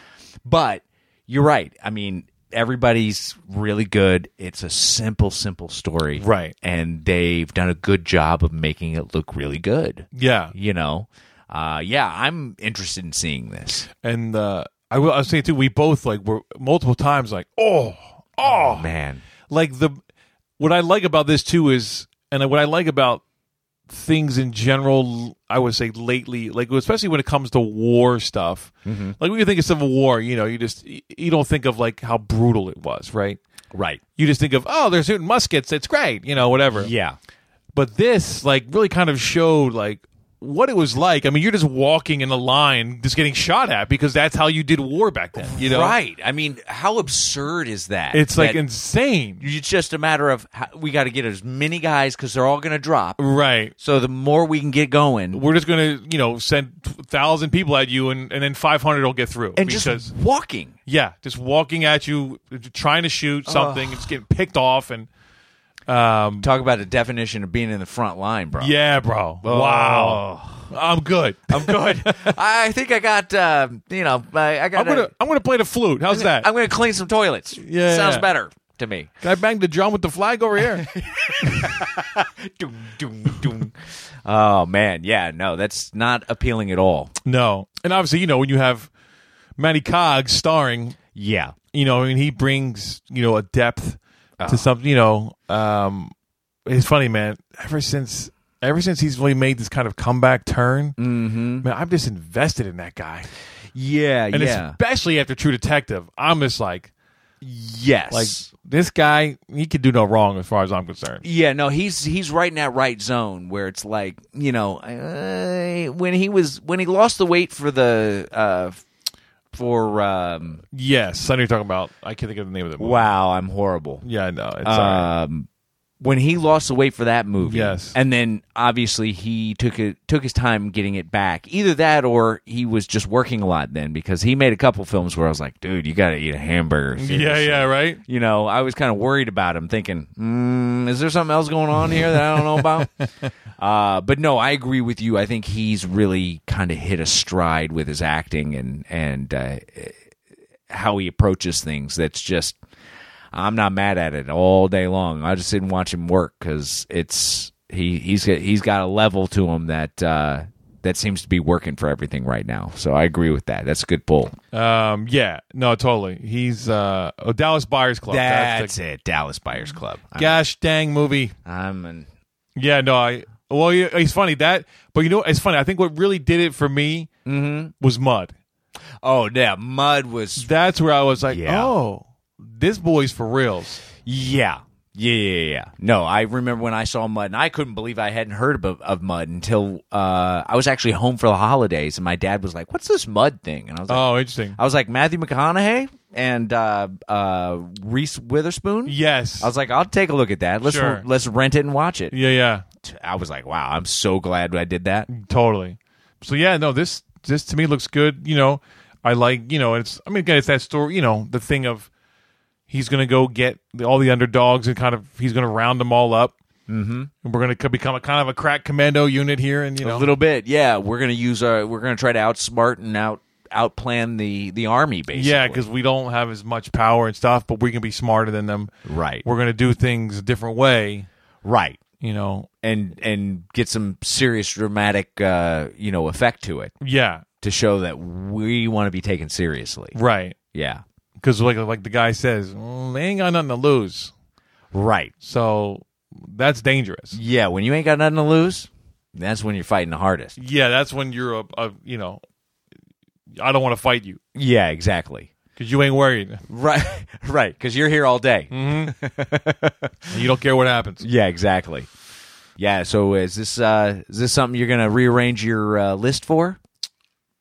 S2: but you're right. I mean, everybody's really good. It's a simple, simple story.
S3: Right.
S2: And they've done a good job of making it look really good.
S3: Yeah.
S2: You know? Uh, yeah, I'm interested in seeing this.
S3: And uh, I will. I was saying too. We both like were multiple times like, oh, oh,
S2: Man.
S3: like the what I like about this too is, and what I like about things in general, I would say lately, like especially when it comes to war stuff, like when you think of Civil War, you know, you just y- you don't think of like how brutal it was, right?
S2: Right.
S3: You just think of oh, they're shooting muskets, it's great, you know, whatever.
S2: Yeah.
S3: But this like really kind of showed like what it was like. I mean, you're just walking in a line, just getting shot at because that's how you did war back then, you know?
S2: Right. I mean, how absurd is that?
S3: It's like
S2: That
S3: insane.
S2: it's just a matter of how, we got to get as many guys because they're all going to drop.
S3: Right.
S2: So the more we can get going,
S3: we're just going to you know send thousand people at you and, and then 500 will get through
S2: and
S3: because
S2: just walking.
S3: yeah just walking at you trying to shoot something and just getting picked off and
S2: Talk about a definition of being in the front line, bro.
S3: yeah bro wow i'm good [laughs] i'm good
S2: I think I got, uh, you know, I, I
S3: i'm
S2: got.
S3: gonna i'm gonna play the flute how's that
S2: I'm gonna clean some toilets.
S3: Yeah.
S2: sounds better
S3: [laughs]
S2: to me.
S3: Can i banged the drum with the flag over here
S2: Doom, doom, doom. [laughs] Oh man, yeah, no, that's not appealing at all.
S3: [laughs] no and obviously you know when you have matty coggs starring
S2: Yeah,
S3: you know, I mean, he brings you know a depth to something. You know, um, it's funny, man. Ever since ever since he's really made this kind of comeback turn, man, I'm just invested in that guy,
S2: yeah,
S3: and
S2: yeah,
S3: especially after True Detective, I'm just like,
S2: yes.
S3: like this guy, he could do no wrong as far as I'm concerned.
S2: yeah, no, he's he's right in that right zone where it's like you know uh, when he was when he lost the weight for the uh, for um,
S3: Yes, I know you're talking about. I can't think of the name of the movie.
S2: wow, I'm horrible.
S3: Yeah, I know. It's uh, all right.
S2: um, when he lost the weight for that movie.
S3: Yes.
S2: and then obviously he took it took his time getting it back. Either that, or he was just working a lot then because he made a couple films where I was like, dude, you got to eat a hamburger.
S3: Yeah,
S2: seriously."
S3: yeah, right.
S2: You know, I was kind of worried about him, thinking, mm, "Is there something else going on here that I don't know [laughs] about?" uh, but no, I agree with you. I think he's really kind of hit a stride with his acting and and uh, how he approaches things. That's just, I'm not mad at it all day long. I just didn't watch him work because it's he he's got, he's got a level to him that uh, that seems to be working for everything right now. So I agree with that. That's a good pull.
S3: Um, yeah, no, totally. He's uh, oh, Dallas Buyers Club.
S2: That's,
S3: the
S2: it. Dallas Buyers Club. I'm-
S3: Gosh dang movie.
S2: I'm an
S3: Yeah, no, I well, yeah, it's funny that, but you know, it's funny. I think what really did it for me
S2: Mm-hmm.
S3: was Mud.
S2: Oh yeah, mud was
S3: That's where I was like,
S2: Yeah.
S3: oh, this boy's for reals.
S2: yeah. Yeah, yeah, yeah. No, I remember when I saw Mud, and I couldn't believe I hadn't heard of, of Mud until uh, I was actually home for the holidays, and my dad was like, "What's this Mud thing?" And I was like,
S3: Oh, interesting.
S2: "I was like Matthew McConaughey and uh, uh, Reese Witherspoon."
S3: Yes,
S2: I was like, "I'll take a look at that. Let's
S3: Sure.
S2: let's rent it and watch it."
S3: yeah, yeah,
S2: I was like, "Wow, I'm so glad I did that."
S3: totally. So yeah, no, this this to me looks good. You know, I like you know, it's I mean, again, it's that story. You know, the thing of he's gonna go get the, all the underdogs and kind of he's gonna round them all up. Mm-hmm. And we're gonna co- become a kind of a crack commando unit here, and you know,
S2: A little bit, yeah. We're gonna use our. We're gonna try to outsmart and out outplan the the army, basically.
S3: Yeah, because we don't have as much power and stuff, but we can be smarter than them.
S2: Right.
S3: We're going to do things a different way,
S2: right.
S3: you know.
S2: and and get some serious dramatic uh you know effect to it
S3: Yeah,
S2: to show that we want to be taken seriously
S3: right.
S2: yeah
S3: Because like like the guy says, "Mm, they ain't got nothing to lose,
S2: right
S3: so that's dangerous.
S2: yeah when you ain't got nothing to lose that's when you're fighting the hardest
S3: Yeah, that's when you're a, a you know, I don't want to fight you
S2: yeah exactly
S3: because you ain't worried.
S2: right [laughs] right because you're here all day
S3: Mm-hmm. you don't care what happens.
S2: yeah exactly yeah so is this uh is this something you're gonna rearrange your uh, list for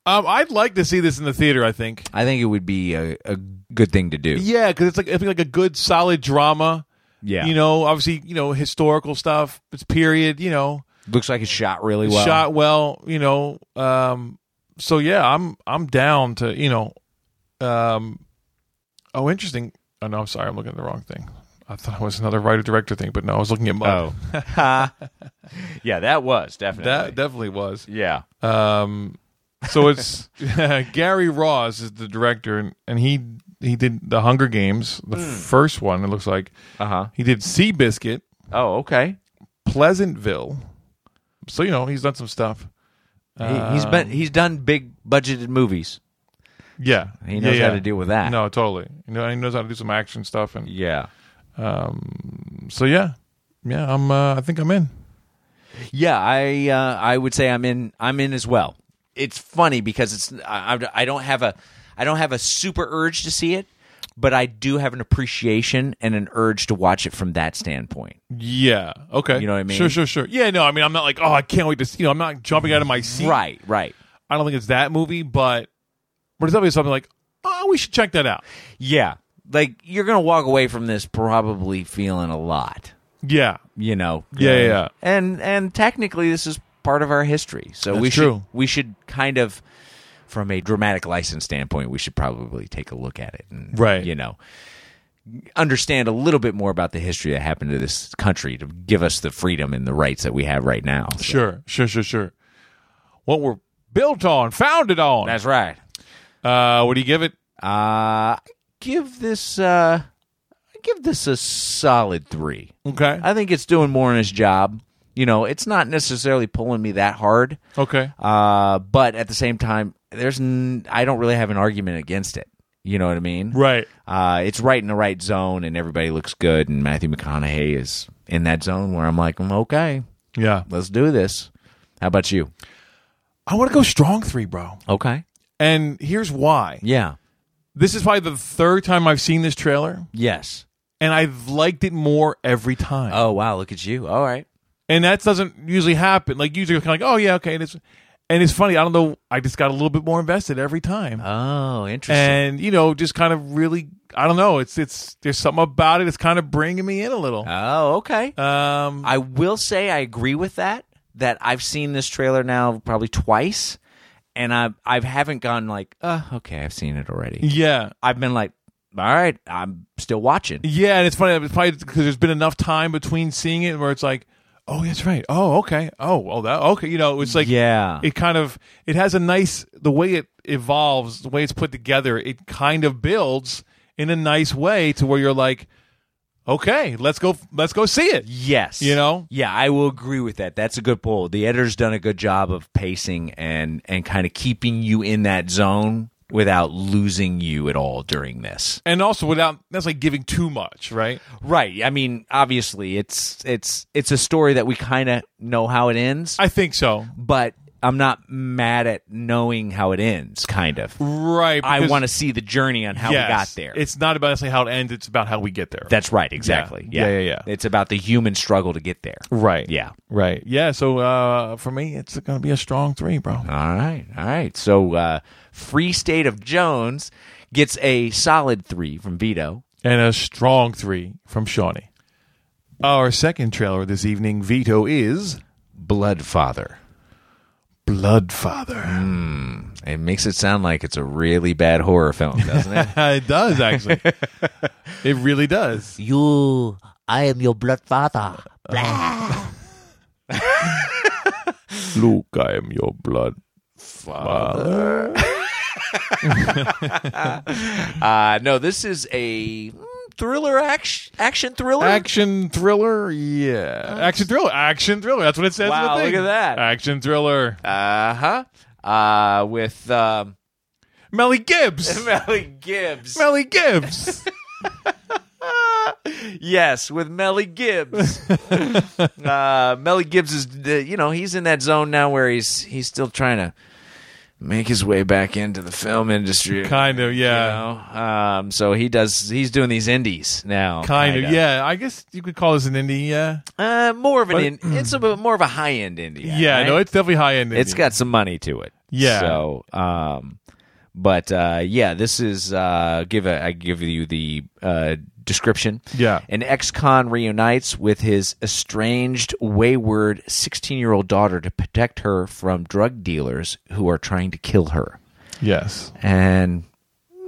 S3: Um, I'd like to see this in the theater. I think.
S2: i think it would be a, a good thing to do
S3: Yeah, because it's like I think like a good solid drama.
S2: yeah
S3: You know, obviously, you know, historical stuff. It's period. You know,
S2: looks like it's shot really well [laughs]
S3: shot well, you know. Um, so yeah, I'm I'm down to you know. Um, oh, interesting. Oh no, I'm sorry, I'm looking at the wrong thing. I thought it was another writer director thing, but no, I was looking at Mud.
S2: oh [laughs] yeah that was definitely
S3: that definitely was.
S2: yeah
S3: [laughs] Um, so it's Gary Ross is the director, and, and he he did the Hunger Games, the first one. It looks like
S2: Hmm. Uh-huh.
S3: he did Sea Biscuit,
S2: Oh, okay.
S3: Pleasantville. So you know he's done some stuff.
S2: he, he's been he's done big budgeted movies.
S3: Yeah,
S2: He knows
S3: Yeah,
S2: how
S3: yeah.
S2: to deal with that.
S3: No, totally. You know, he knows how to do some action stuff, and
S2: Yeah.
S3: so yeah, yeah. I'm. Uh, I think I'm in.
S2: Yeah, I uh, I would say I'm in I'm in as well. It's funny because it's I, I- I don't have a I don't have a super urge to see it, but I do have an appreciation and an urge to watch it from that standpoint.
S3: Yeah. Okay.
S2: You know what I mean?
S3: Sure, sure, sure. Yeah. No, I mean, I'm not like, oh, I can't wait to see. You know, I'm not jumping out of my seat.
S2: Right, right.
S3: I don't think it's that movie, but but it's obviously something like, oh, we should check that out.
S2: Yeah. Like you're going to walk away from this probably feeling a lot,
S3: Yeah.
S2: you know.
S3: Yeah, yeah, yeah.
S2: And and technically this is part of our history. So we
S3: That's
S2: should
S3: true.
S2: we should kind of from a dramatic license standpoint, we should probably take a look at it and
S3: Right.
S2: you know understand a little bit more about the history that happened to this country to give us the freedom and the rights that we have right now. So-
S3: Sure. Sure. Sure. Sure. What we're built on, founded on.
S2: That's right.
S3: uh, what do you give it?
S2: Uh give this uh give this a solid 3.
S3: Okay.
S2: I think it's doing more in his job. You know, it's not necessarily pulling me that hard,
S3: okay.
S2: uh, but at the same time, there's n- I don't really have an argument against it. You know what I mean?
S3: Right.
S2: Uh, it's right in the right zone, and everybody looks good, and Matthew McConaughey is in that zone where I'm like, "Mm, okay,
S3: Yeah.
S2: let's do this. How about you?
S3: I want to go strong three, bro.
S2: Okay,
S3: And here's why.
S2: yeah,
S3: This is probably the third time I've seen this trailer,
S2: yes.
S3: and I've liked it more every time.
S2: Oh wow, look at you. All right,
S3: and that doesn't usually happen. Like usually, kind of like, oh yeah, okay. And it's, and it's funny. I don't know. I just got a little bit more invested every time,
S2: oh interesting.
S3: and you know, just kind of really, I don't know. It's it's there's something about it. It's kind of bringing me in a little.
S2: oh okay.
S3: Um,
S2: I will say I agree with that. That I've seen this trailer now probably twice, and I I haven't gone like, uh, okay, I've seen it already.
S3: yeah,
S2: I've been like, all right, I'm still watching.
S3: yeah. And it's funny. It's probably because there's been enough time between seeing it where it's like, oh, that's right. Oh, okay. Oh, well, that okay. You know, it's like
S2: yeah,
S3: it kind of it has a nice the way it evolves the way it's put together it kind of builds in a nice way to where you're like okay let's go let's go see it
S2: yes,
S3: You know?
S2: yeah, I will agree with that. That's a good pull. The editor's done a good job of pacing and and kind of keeping you in that zone without losing you at all during this.
S3: and also without that's like giving too much right
S2: Right. I mean, obviously, it's it's it's a story that we kind of know how it ends.
S3: i think so
S2: but I'm not mad at knowing how it ends, kind of.
S3: right
S2: I want to see the journey on how we got there.
S3: it's not about necessarily how it ends it's about how we get there
S2: That's right, exactly.
S3: Yeah. Yeah,
S2: Yeah.
S3: yeah, yeah.
S2: It's about the human struggle to get there.
S3: right
S2: Yeah.
S3: right yeah so uh for me it's gonna be a strong three bro
S2: All right, all right. So, uh, Free State of Jones gets a solid three from Vito.
S3: and a strong three from shawnee our second trailer this evening veto is
S2: Bloodfather.
S3: bloodfather
S2: It makes it sound like it's a really bad horror film, doesn't it?
S3: it does [laughs] actually. it really does.
S1: You, I am your blood father.
S3: [laughs] Luke, I am your blood father.
S2: [laughs] uh, no, this is a mm, thriller action, action thriller.
S3: Action thriller, yeah. Action thriller, action thriller. That's what it says. in the
S2: Wow, look
S3: thing.
S2: at that.
S3: Action thriller.
S2: Uh-huh. Uh With um, [laughs]
S3: Melly Gibbs. [laughs]
S2: Melly Gibbs.
S3: Melly Gibbs.
S2: yes, with
S3: [laughs]
S2: Melly Gibbs. uh, Melly Gibbs is, uh, you know, he's in that zone now where he's he's still trying to make his way back into the film industry.
S3: [laughs] kind of,
S2: you
S3: yeah.
S2: know? Um, so he does. He's doing these indies now.
S3: Kind of, yeah. I guess you could call this an indie. Yeah,
S2: Uh, more of an.
S3: But-
S2: in, it's a bit more of a high end indie.
S3: yeah.
S2: right?
S3: No, it's definitely high end.
S2: it's
S3: indie.
S2: got some money to it.
S3: Yeah.
S2: So, um, but uh, yeah, this is uh, give a, I give you the uh, description.
S3: Yeah.
S2: An ex-con reunites with his estranged, wayward 16-year-old daughter to protect her from drug dealers who are trying to kill her. [laughs]
S3: yes.
S2: And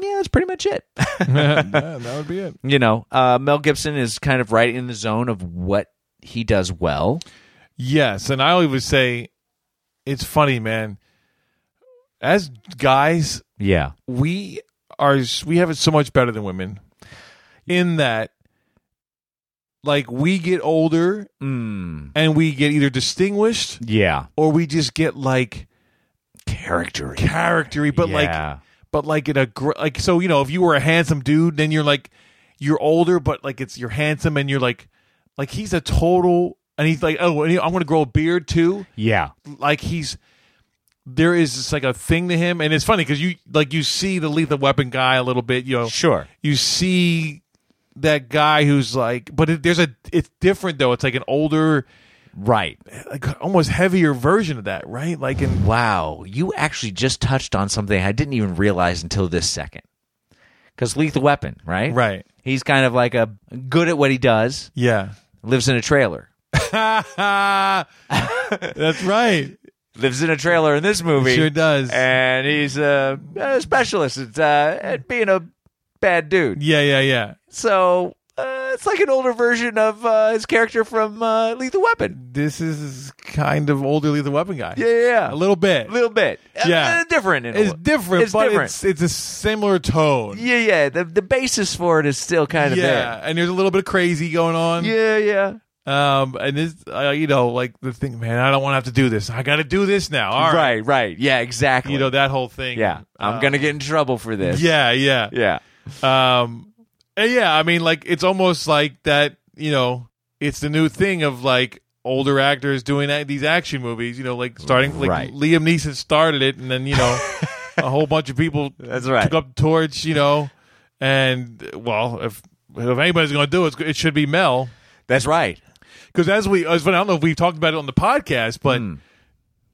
S2: yeah, that's pretty much it. [laughs]
S3: Yeah, that would be it.
S2: you know, uh, Mel Gibson is kind of right in the zone of what he does well.
S3: Yes, and I always would say, it's funny, man. As guys,
S2: Yeah.
S3: we are we have it so much better than women in that like we get older
S2: Mm.
S3: and we get either distinguished
S1: Yeah.
S3: or we just get like
S1: Character.
S3: charactery but
S1: Yeah.
S3: like but like in a gr- like so you know if you were a handsome dude then you're like you're older but like it's you're handsome and you're like like he's a total and he's like oh and he- i'm gonna grow a beard too
S1: Yeah.
S3: like he's there is just like a thing to him and it's funny because you like you see the lethal weapon guy a little bit you know
S1: Sure.
S3: you see that guy who's like but it, there's a it's different though it's like an older
S1: Right.
S3: like almost heavier version of that right like in
S2: Wow, you actually just touched on something I didn't even realize until this second. Because Lethal Weapon, right?
S3: Right.
S2: He's kind of like a good at what he does,
S3: yeah
S2: lives in a trailer.
S3: [laughs] that's right
S2: Lives in a trailer in this movie.
S3: sure does
S2: And he's a, a specialist at, uh, at being a bad dude.
S3: yeah yeah yeah
S2: So uh, it's like an older version of uh, his character from uh, Lethal Weapon.
S3: this is kind of older lethal weapon guy
S2: Yeah, yeah, yeah.
S3: a little bit
S2: A little bit. A-
S3: Yeah.
S2: a- different. in a
S3: it's
S2: way.
S3: different
S2: It's
S3: but
S2: different.
S3: it's it's a similar tone
S2: yeah, yeah. The, the basis for it is still kind of
S3: yeah, and there's a little bit of crazy going on.
S2: there. Yeah, yeah.
S3: Um, and this, uh, you know, like the thing, man, I don't want to have to do this. I got to do this now. All
S2: Right,
S3: right.
S2: right, Yeah, exactly.
S3: You know that whole thing.
S2: yeah, I'm
S3: Uh,
S2: gonna get in trouble for this.
S3: Yeah, yeah,
S2: yeah.
S3: Um, and yeah. I mean, like it's almost like that. You know, it's the new thing of like older actors doing a- these action movies. You know, like starting like
S2: Right.
S3: Liam Neeson started it, and then you
S2: [laughs]
S3: know, a whole bunch of people
S2: That's right.
S3: took up the torch. You know, and well, if if anybody's going to do it, it should be Mel.
S2: That's right.
S3: because as we as, I don't know if we've talked about it on the podcast, but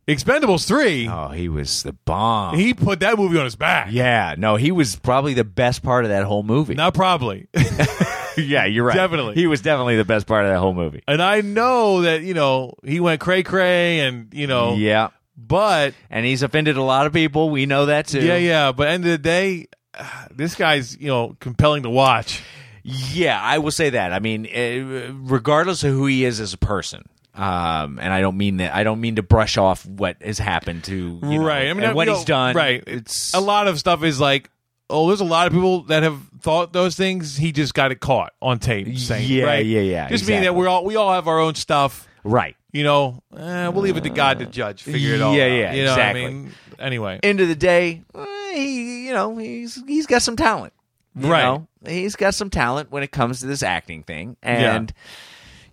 S3: Expendables three,
S2: Hmm. Oh, he was the bomb.
S3: he put that movie on his back.
S2: yeah, no, he was probably the best part of that whole movie.
S3: not probably.
S2: [laughs] yeah, you're right.
S3: Definitely.
S2: he was definitely the best part of that whole movie.
S3: and I know that you know he went cray cray, and you know,
S2: Yeah,
S3: but
S2: and he's offended a lot of people. We know that too.
S3: yeah, yeah. But end of the day, [sighs] ah, this guy's you know compelling to watch.
S2: Yeah, I will say that. I mean, eh, regardless of who he is as a person, um, and I don't mean that. I don't mean to brush off what has happened to you know,
S3: right. I mean,
S2: and
S3: you
S2: what
S3: know,
S2: he's done.
S3: Right.
S2: It's
S3: a lot of stuff is like. Oh, there's a lot of people that have thought those things. He just got it caught on tape. Saying,
S2: Yeah,
S3: right?
S2: yeah, yeah,
S3: Just meaning that
S2: exactly.
S3: we are all we all have our own stuff.
S2: right.
S3: you know, eh, we'll leave it to God to judge, figure it all
S2: yeah,
S3: out.
S2: yeah,
S3: you know what
S2: exactly.
S3: I mean? Anyway,
S2: end of the day, eh, he you know he's he's got some talent, you
S3: Right.
S2: know? He's got some talent when it comes to this acting thing, and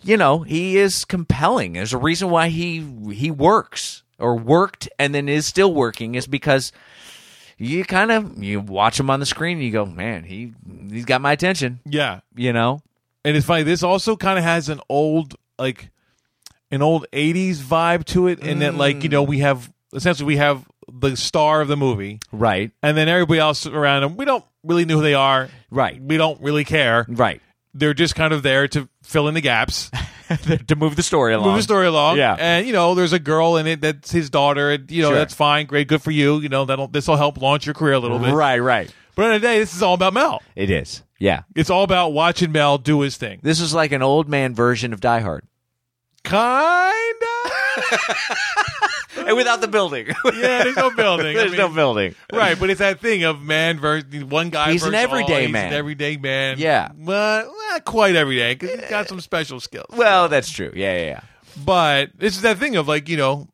S2: you know he is compelling. There's a reason why he he works or worked and then is still working is because you kind of you watch him on the screen and you go, man, he he's got my attention,
S3: yeah,
S2: you know.
S3: and it's funny. This also kind of has an old like an old '80s vibe to it, in that like you know we have essentially we have the star of the movie,
S2: Right,
S3: and then everybody else around him. We don't really know who they are.
S2: Right.
S3: We don't really care.
S2: right. [laughs]
S3: They're just kind of there to fill in the gaps.
S2: to move the story along.
S3: Move the story [laughs] along.
S2: Yeah.
S3: And you know, there's a girl in it that's his daughter. And you know,
S2: Sure.
S3: that's fine, great, good for you. You know, that'll this'll help launch your career a little bit.
S2: Right, right.
S3: But in the day, this is all about Mel.
S2: It is. Yeah.
S3: It's all about watching Mel do his thing.
S2: This is like an old man version of Die Hard.
S3: Kind of.
S2: [laughs] And without the building.
S3: yeah, there's no [laughs] building. I
S2: [laughs] There's
S3: mean,
S2: no building.
S3: Right, but it's that thing of man versus one guy.
S2: He's an
S3: versus all.
S2: everyday
S3: He's
S2: man.
S3: an everyday man.
S2: Yeah.
S3: but not quite every day because he's got some special skills.
S2: Well, that's true. Yeah, yeah, yeah.
S3: but it's that thing of like you know,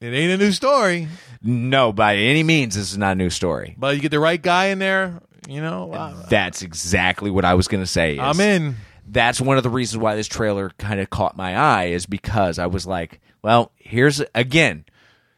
S3: it ain't a new story,
S2: No, by any means, this is not a new story.
S3: but you get the right guy in there, you know. wow.
S2: That's exactly what I was going to say. is-
S3: I'm in.
S2: That's one of the reasons why this trailer kind of caught my eye is because I was like, well, here's again,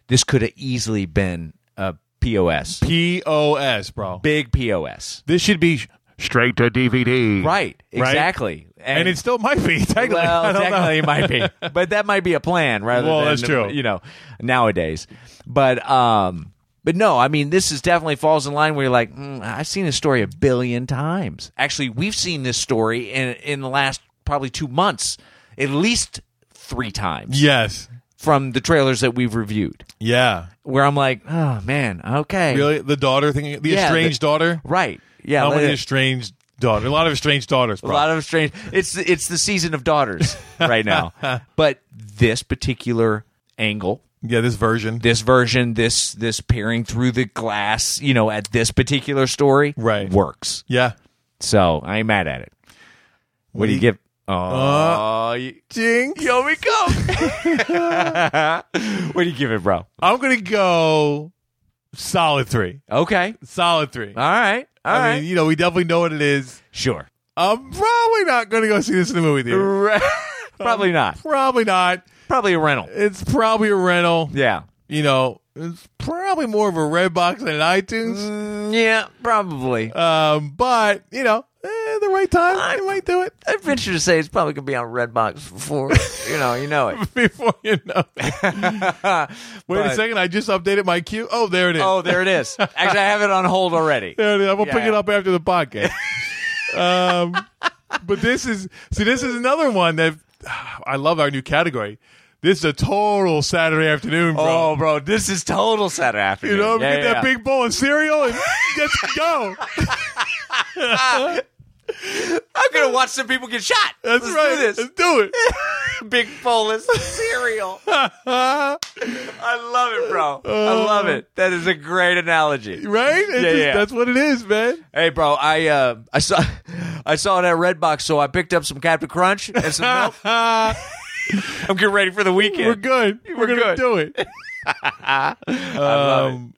S2: this could have easily been a POS,
S3: Pos, bro.
S2: big POS.
S3: This should be,
S5: Straight to DVD.
S2: Right,
S3: Mm. Right.
S2: exactly.
S3: and it still might be [laughs] technically. I
S2: Well,
S3: don't know.
S2: technically it might be, but that might be a plan rather
S3: Well,
S2: than
S3: that's true.
S2: you know nowadays. But um, but no, I mean this is definitely falls in line where you're like, mm, I've seen this story a billion times. Actually, we've seen this story in in the last probably two months, at least three times
S3: [laughs] Yes.
S2: from the trailers that we've reviewed.
S3: Yeah.
S2: Where I'm like, oh man, okay,
S3: Really, the daughter thing, the
S2: Yeah,
S3: estranged
S2: the-
S3: daughter.
S2: right, yeah.
S3: How
S2: let
S3: many
S2: it-
S3: estranged daughter? A lot of estranged daughters.
S2: A
S3: bro.
S2: lot of strange.
S3: [laughs]
S2: It's it's the season of daughters right now. but this particular angle
S3: Yeah, this version.
S2: This version, this this peering through the glass, you know, at this particular story,
S3: Right.
S2: works.
S3: Yeah.
S2: So I ain't mad at it. What do you
S3: We-
S2: give?
S3: Uh,
S2: Oh, you-
S3: Jinx.
S2: Yo, we go. [laughs] what do you give it, bro?
S3: I'm going to go solid three.
S2: Okay.
S3: Solid three.
S2: All right. All right.
S3: I mean, you know, we definitely know what it is.
S2: sure. [laughs]
S3: I'm probably not going to go see this in the movie theater.
S2: probably not.
S3: Probably not.
S2: Probably a rental.
S3: It's probably a rental.
S2: Yeah.
S3: You know, it's probably more of a red box than an iTunes.
S2: Yeah, probably.
S3: Um, but you know, eh, the right time, I might do it [laughs]
S2: I'd venture to say it's probably gonna be on Redbox before you know, you know it.
S3: before you know. it. Wait a
S2: But-
S3: second, I just updated my queue. Oh, there it is.
S2: [laughs] Oh, there it is. Actually, I have it on hold [laughs] already.
S3: There it is. I'm gonna pick
S2: Yeah.
S3: it up after the
S2: [laughs]
S3: podcast. um, but this is see, this is another one that I love our new category. This is a total Saturday afternoon, bro.
S2: Oh, bro, this is total Saturday afternoon.
S3: you know,
S2: Yeah,
S3: get
S2: yeah,
S3: that
S2: yeah.
S3: big bowl of cereal and just
S2: [laughs]
S3: go.
S2: I'm gonna watch some people get shot.
S3: That's
S2: Let's
S3: right.
S2: Do this.
S3: Let's do it.
S2: Big bolus of [laughs] cereal. I love it, bro. I love it. That is a great analogy.
S3: Right? It's
S2: Yeah,
S3: just-
S2: yeah.
S3: That's what it is, man.
S2: Hey, bro, I uh, I saw [laughs] I saw it at Redbox, so I picked up some Captain Crunch and some milk. I'm getting ready for the weekend.
S3: We're good. We're,
S2: We're
S3: gonna
S2: good.
S3: do
S2: [laughs]
S3: it. um,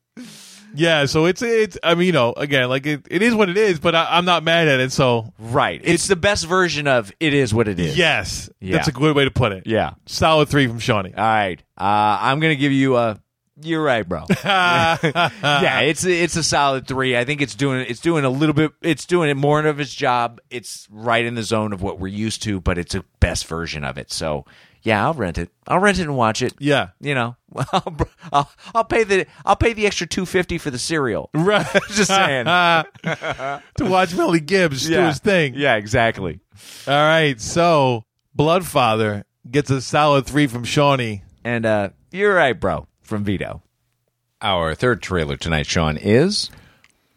S3: Yeah, so it's it's. I mean, you know, again, like it, it is what it is, but I, I'm not mad at it. So
S2: Right. It's the best version of it is what it is.
S3: yes,
S2: Yeah.
S3: that's a good way to put it.
S2: Yeah.
S3: solid three from
S2: [laughs]
S3: Shawnee.
S2: All right. Uh, I'm gonna give you a. You're right, bro.
S3: Ah, Uh,
S2: yeah, it's it's a solid three. I think it's doing it's doing a little bit. It's doing it more of its job. It's right in the zone of what we're used to, but it's a best version of it. So yeah, I'll rent it. I'll rent it and watch it. [laughs]
S3: Yeah.
S2: you know, I'll, I'll, I'll pay the I'll pay the extra two fifty for the cereal.
S3: Right,
S2: Just
S3: [laughs]
S2: saying.
S3: to watch Melly Gibbs do his thing.
S2: Yeah, exactly.
S3: All right, so Bloodfather gets a solid three from Shawnee.
S2: And uh, you're right, bro. From Vito. Our third trailer tonight, Sean, is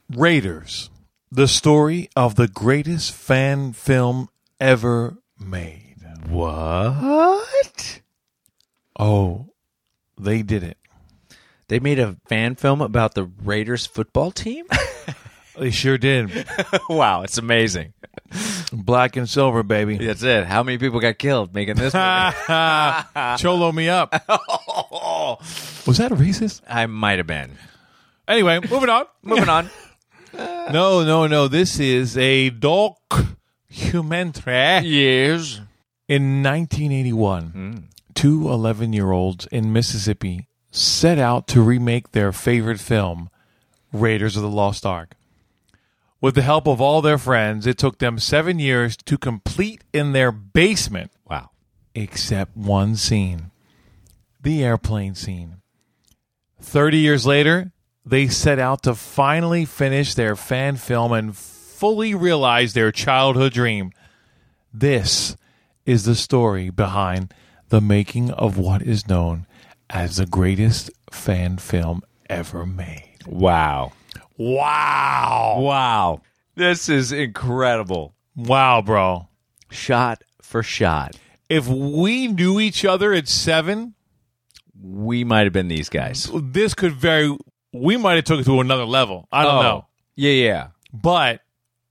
S3: Raiders, the story of the greatest fan film ever made.
S2: what?
S3: Oh, they did it.
S1: They made a fan film about the Raiders football team?
S3: They sure did.
S2: [laughs] wow, it's amazing.
S3: Black and silver, baby.
S2: That's it. How many people got killed making this [laughs] movie?
S3: Cholo me
S2: [laughs]
S3: up. Was that racist?
S2: I might have been.
S3: Anyway, moving on.
S2: Moving on.
S3: No, no, no. This is a documentary.
S2: [laughs] Years.
S3: In 1981, two 11 year olds in Mississippi set out to remake their favorite film, Raiders of the Lost Ark. With the help of all their friends, it took them seven years to complete in their basement
S2: Wow.
S3: except one scene the airplane scene. 30 years later, they set out to finally finish their fan film and fully realize their childhood dream. This is the story behind the making of what is known as the greatest fan film ever made.
S2: Wow.
S3: Wow.
S2: Wow. This is incredible.
S3: Wow, bro.
S2: Shot for shot.
S3: If we knew each other at seven,
S2: We might have been these guys.
S3: this could very, we might have took it to another level. I
S2: Oh,
S3: don't know.
S2: Yeah, yeah.
S3: but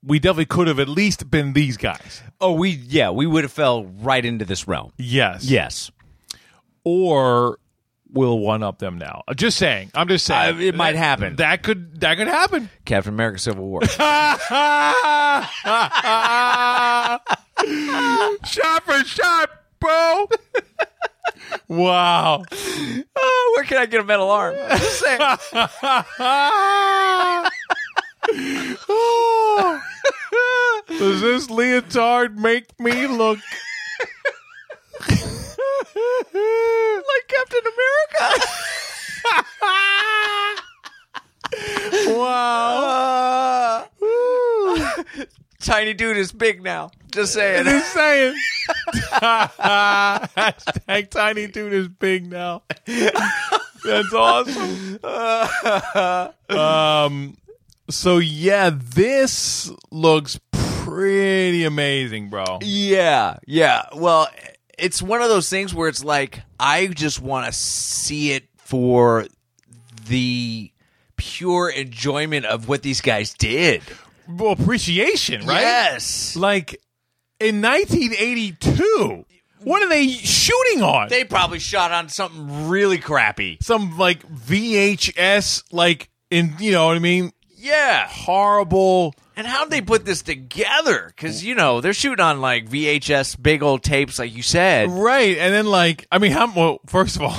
S3: we definitely could have at least been these guys.
S2: Oh, we yeah, we would have fell right into this realm.
S3: Yes.
S2: Yes.
S3: Or we'll one up them now. Uh, Just saying. I'm just saying.
S2: Uh, it might happen.
S3: That could that could [laughs] happen.
S2: Captain America Civil [laughs] War.
S3: Ah, shot for shot,
S2: [laughs]
S3: bro. wow.
S2: oh, where can I get a metal arm? [laughs] Just saying.
S3: [laughs] Does this leotard make me
S2: [laughs]
S3: look
S2: like Captain America.
S3: [laughs] wow?
S2: Uh, [laughs] Tiny dude is big now. Just saying.
S3: Just saying. [laughs] Hashtag Tiny Dude is big now. That's awesome. um, so yeah, this looks pretty amazing, bro.
S2: Yeah, yeah. Well, it's one of those things where it's like I just want to see it for the pure enjoyment of what these guys did.
S3: Well, appreciation, right?
S2: Yes.
S3: Like in 1982, what are they shooting on?
S2: They probably shot on something really crappy.
S3: Some like VHS, like in you know what I mean?
S2: Yeah.
S3: Horrible.
S2: And how'd they put this together? Because, you know, they're shooting on like VHS, big old tapes, like you said.
S3: Right. And then, like, I mean, how, well, first of all, [laughs]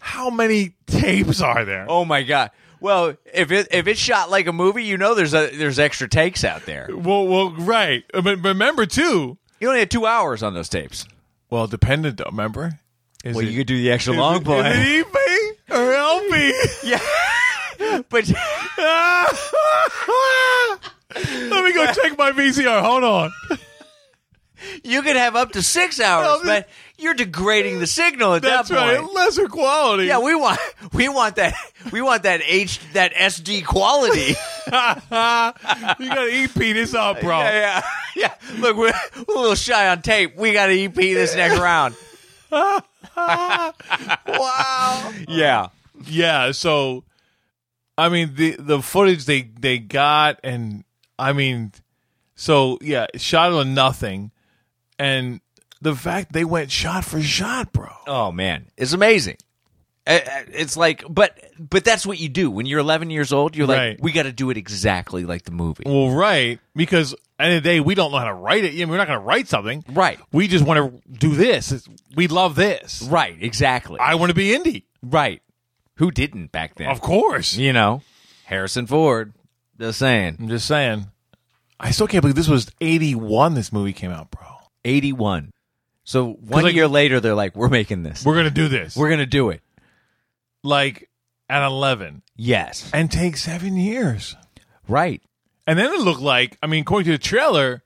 S3: how many tapes are there?
S2: Oh my God. Well, if it if it's shot like a movie, you know there's a there's extra takes out there.
S3: Well, well, right. But but remember, too.
S2: You only had two hours on those tapes.
S3: Well, dependent, though, remember? Is
S2: Well,
S3: it-
S2: you could do the extra
S3: is
S2: long
S3: it-
S2: play.
S3: Is it EP or LP?
S2: [laughs] but [laughs]
S3: [laughs] Let
S2: [laughs]
S3: me go check my VCR. Hold on.
S2: you could have up to six hours,
S3: No,
S2: but you're degrading the signal at
S3: That's
S2: that
S3: right.
S2: point.
S3: Lesser quality.
S2: Yeah, we want we want that we want that H that SD quality.
S3: you got to EP this up, bro.
S2: [laughs] Yeah, yeah, yeah. Look, we're, we're a little shy on tape. We got to EP this next round.
S3: Wow.
S2: Yeah.
S3: yeah so i mean the the footage they they got and i mean so yeah shot on nothing and the fact they went shot for shot bro
S2: Oh man, it's amazing. Uh, uh, It's like, but but that's what you do when you're 11 years old. You're like,
S3: Right.
S2: we got to do it exactly like the movie.
S3: well right because at the end of the day we don't know how to write it I mean, we're not going to write something
S2: Right.
S3: we just want to do this It's- we love this
S2: Right, exactly.
S3: i want to be indie
S2: right. Who didn't back then?
S3: of course
S2: You know, Harrison Ford. Just saying,
S3: i'm just saying i still can't believe this was 81 this movie came out bro
S2: 81. So one
S3: like-
S2: year later, they're like, we're making this.
S3: we're going to do this
S2: we're gonna do it.
S3: like at 11
S2: Yes.
S3: and take seven years.
S2: Right.
S3: And then it looked like, I mean, according to the trailer,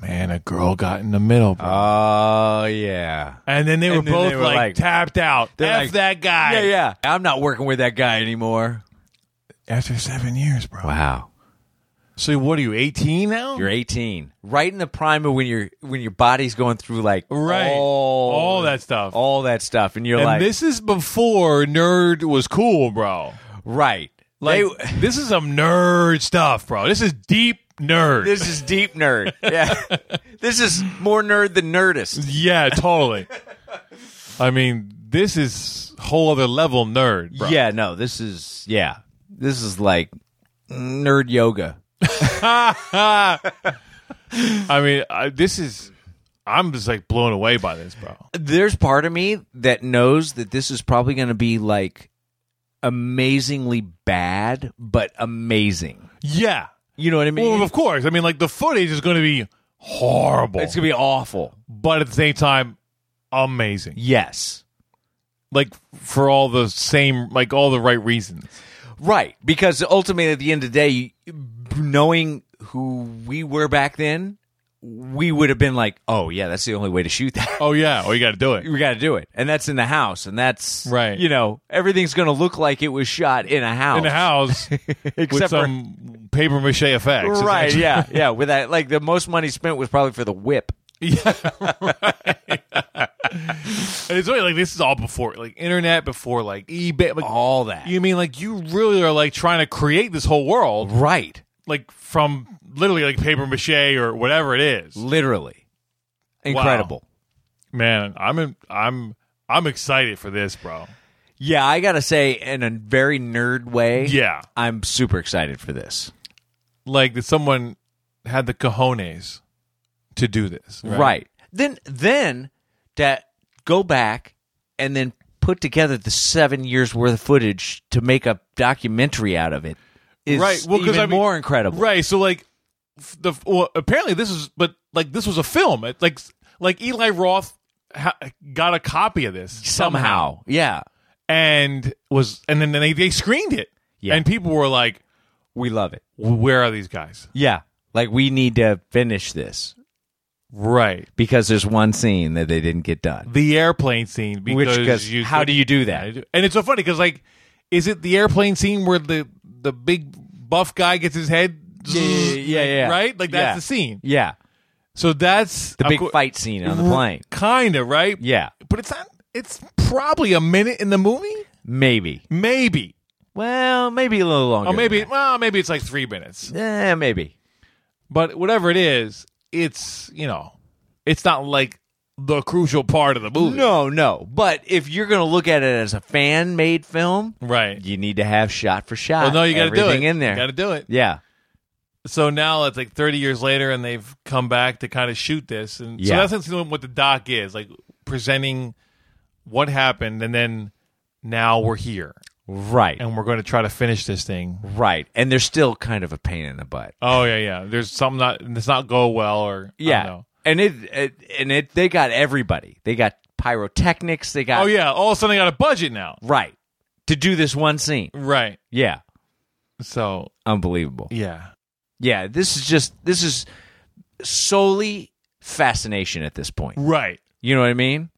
S3: man, a girl got in the middle, bro.
S2: Oh yeah.
S3: and then they were
S2: and then
S3: both
S2: they were
S3: like,
S2: like-
S3: tapped out. F
S2: They're like,
S3: that guy.
S2: Yeah, yeah. I'm not working with that guy anymore.
S3: After seven years, bro.
S2: Wow.
S3: So what are you, 18 now?
S2: You're 18, right in the prime of when your when your body's going through like
S3: Right.
S2: all,
S3: All that stuff.
S2: all that stuff, and you're
S3: and
S2: like,
S3: this is before nerd was cool, bro.
S2: right,
S3: Like,
S2: They- [laughs]
S3: this is some nerd stuff, bro. This is deep nerd.
S2: this is deep nerd.
S3: [laughs]
S2: Yeah, this is more nerd than nerdist.
S3: yeah, totally. I mean, this is whole other level nerd, bro.
S2: Yeah, no, this is yeah, this is like nerd yoga.
S3: I mean, I, this is. I'm just like blown away by this, bro.
S2: There's part of me that knows that this is probably going to be like amazingly bad, but amazing.
S3: Yeah.
S2: You know what I mean?
S3: Well, of course. I mean, like the footage is going to be horrible,
S2: it's gonna be awful.
S3: but at the same time, amazing.
S2: Yes.
S3: Like for all the same, like all the right reasons.
S2: Right, because ultimately, at the end of the day, knowing who we were back then, we would have been like, "Oh yeah, that's the only way to shoot that.
S3: Oh yeah. Oh, you got to do it.
S2: we got to do it." And that's in the house, and that's
S3: Right.
S2: You know, everything's going to look like it was shot in a house.
S3: In the [laughs] house with
S2: [laughs] Except for-
S3: some paper mache effects. It's
S2: right?
S3: actually-
S2: Yeah, yeah. With that, like the most money spent was probably for the whip.
S3: And it's really like this is all before like internet, before like eBay, like,
S2: All that.
S3: You mean like you really are like trying to create this whole world
S2: Right,
S3: like from literally like paper mache or whatever it is.
S2: literally, incredible.
S3: Man, I'm in, I'm I'm excited for this, bro.
S2: Yeah, I gotta say, in a very nerd way,
S3: Yeah,
S2: I'm super excited for this.
S3: like that someone had the cojones to do this, right?
S2: Right. Then then that go back and then put together the seven years worth of footage to make a documentary out of it is
S3: Right, well, 'cause
S2: even
S3: I mean-
S2: more incredible.
S3: Right. So like f- the well, apparently this is, but like this was a film. It, like s- like Eli Roth ha- got a copy of this
S2: Somehow. Yeah.
S3: and was and then they they screened it,
S2: Yeah.
S3: and people were like,
S2: We love it.
S3: "Where are these guys?"
S2: Yeah. Like we need to finish this
S3: Right.
S2: because there's one scene that they didn't get done.
S3: the airplane scene because
S2: Which, 'cause
S3: you
S2: how do you do that?
S3: And it's so funny because like, is it the airplane scene where the the big buff guy gets his head?
S2: yeah, yeah, yeah.
S3: Right, like that's
S2: Yeah.
S3: the scene.
S2: Yeah.
S3: So that's
S2: The
S3: of
S2: big
S3: cour- Mm-hmm.
S2: fight scene on the plane.
S3: Kinda right.
S2: Yeah.
S3: but it's not. It's probably a minute in the movie,
S2: Maybe.
S3: maybe.
S2: Well, maybe a little longer.
S3: Oh, maybe.
S2: than
S3: Well, maybe it's like three minutes.
S2: that. Eh, maybe.
S3: But whatever it is, it's you know, it's not like the crucial part of the movie.
S2: No, no. But if you're going to look at it as a fan made film,
S3: right.
S2: you need to have shot for shot.
S3: Well, no, you got to do it.
S2: everything in there.
S3: got to do it.
S2: yeah.
S3: So now it's like 30 years later, and they've come back to kind of shoot this, and
S2: Yeah.
S3: so that's what the doc is like presenting what happened, and then now we're here,
S2: Right.
S3: and we're going to try to finish this thing.
S2: right. And they're still kind of a pain in the butt.
S3: Oh yeah, yeah. There's something not that's not go well, or I don't
S2: Yeah.
S3: know.
S2: And it, it and it they got everybody. They got pyrotechnics, they got
S3: Oh yeah, all of a sudden they got a budget now,
S2: right to do this one scene.
S3: right?
S2: Yeah.
S3: So
S2: Unbelievable.
S3: yeah,
S2: Yeah, this is just this is solely fascination at this point.
S3: right.
S2: You know what I mean?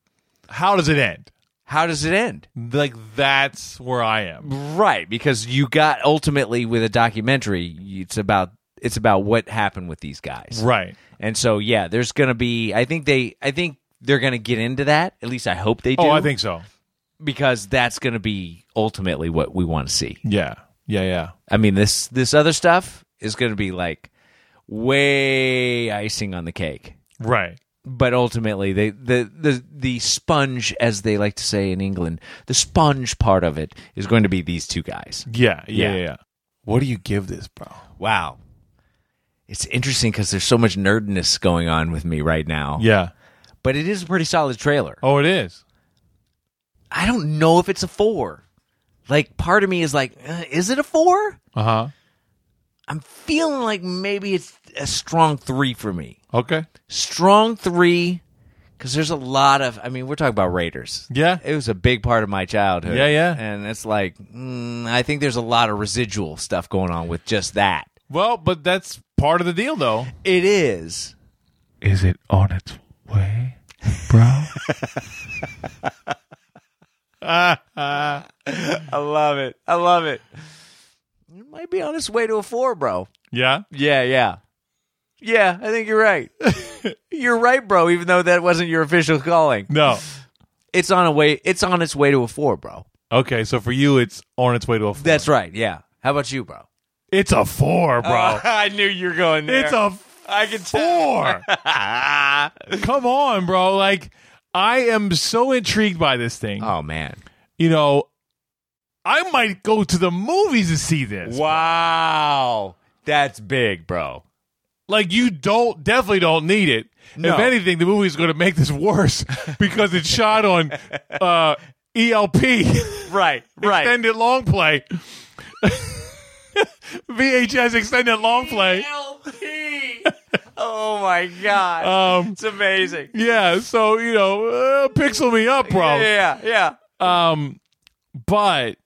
S3: How does it end?
S2: How does it end?
S3: Like that's where I am.
S2: Right, because you got ultimately with a documentary, it's about it's about what happened with these guys.
S3: Right.
S2: And so yeah, there's going to be I think they I think they're going to get into that. At least I hope they do.
S3: Oh, I think so.
S2: because that's going to be ultimately what we want to see.
S3: Yeah, yeah, yeah.
S2: I mean this this other stuff is going to be like way icing on the cake.
S3: Right.
S2: But ultimately, they, the the the sponge, as they like to say in England, the sponge part of it is going to be these two guys.
S3: Yeah,
S2: Yeah.
S3: yeah, yeah. yeah. What do you give this, bro?
S2: Wow, it's interesting because there's so much nerdness going on with me right now.
S3: Yeah.
S2: but it is a pretty solid trailer.
S3: Oh, it is.
S2: I don't know if it's a four. Like, part of me is like, uh, is it a four?
S3: Uh huh.
S2: I'm feeling like maybe it's a strong three for me.
S3: Okay.
S2: Strong three, because there's a lot of. I mean, we're talking about Raiders.
S3: Yeah.
S2: It was a big part of my childhood.
S3: Yeah, yeah.
S2: And it's like, mm, I think there's a lot of residual stuff going on with just that.
S3: Well, but that's part of the deal, though.
S2: It is.
S3: Is it on its way, bro?
S2: I love it. I love it. It might be on its way to a four, bro.
S3: [laughs] yeah.
S2: Yeah, yeah. Yeah, I think you're right. [laughs] you're right, bro, even though that wasn't your official calling.
S3: No.
S2: It's on a way it's on its way to a four, bro.
S3: Okay, so for you, it's on its way to a four.
S2: That's right, yeah. How about you, bro? Uh,
S3: it's a four, bro.
S2: [laughs] I knew you were going
S3: it's a
S2: I
S3: [laughs]
S2: can
S3: four.
S2: [laughs] tell.
S3: Come on, bro. Like, I am so intrigued by this thing.
S2: oh man.
S3: You know, I might go to the movies to see this.
S2: Wow. That's big, bro.
S3: Like you don't definitely don't need it.
S2: No.
S3: If anything, the movie's going to make this
S2: [laughs]
S3: worse because it's shot on uh, ELP,
S2: Right, right.
S3: extended long play, [laughs] VHS extended long play.
S2: LP. [laughs] Oh my god.
S3: Um,
S2: it's amazing.
S3: yeah, so you know, uh, pixel me up, bro.
S2: Yeah, yeah.
S3: Um, but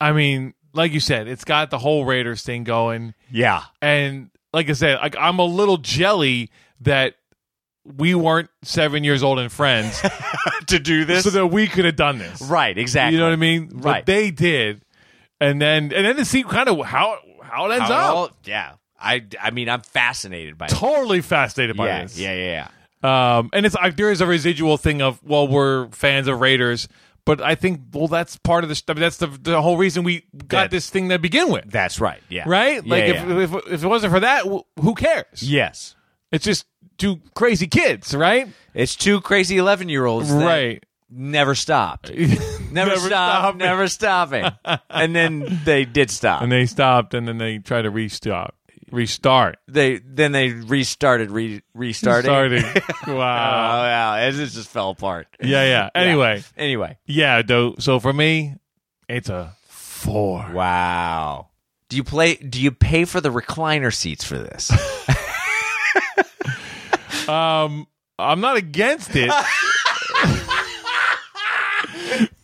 S3: I mean, like you said, it's got the whole Raiders thing going.
S2: Yeah.
S3: and like I said, like I'm a little jelly that we weren't seven years old and friends
S2: [laughs] to do this.
S3: so that we could have done this.
S2: right, exactly.
S3: You know what I mean?
S2: Right.
S3: But they did, and then and then to see kind of how how it ends
S2: How it
S3: up.
S2: all- yeah. I, I mean, I'm fascinated by it.
S3: totally fascinated by
S2: Yeah,
S3: this.
S2: yeah, yeah, yeah.
S3: Um, and it's like there is a residual thing of well, we're fans of Raiders. But I think well, that's part of the. I mean, that's the the whole reason we got
S2: That-
S3: this thing to begin with,
S2: That's right. Yeah.
S3: right?
S2: Yeah,
S3: Like
S2: yeah.
S3: If, if if it wasn't for that, wh- who cares?
S2: yes.
S3: It's just two crazy kids, right?
S2: It's two crazy 11 year olds.
S3: Right. [laughs]
S2: Never stopped. Never,
S3: Never
S2: stopped.
S3: stopping.
S2: Never stopping. and then they did stop.
S3: And they stopped, and then they tried to restart. Restart.
S2: they then they restarted, re, restarting.
S3: Starting.
S2: [laughs] Oh,
S3: wow.
S2: wow. It just fell apart.
S3: [laughs] yeah, yeah. Anyway,
S2: Anyway.
S3: yeah. though, so for me, it's a four.
S2: Wow. Do you play? Do you pay for the recliner seats for this?
S3: Um, I'm not against it. [laughs] you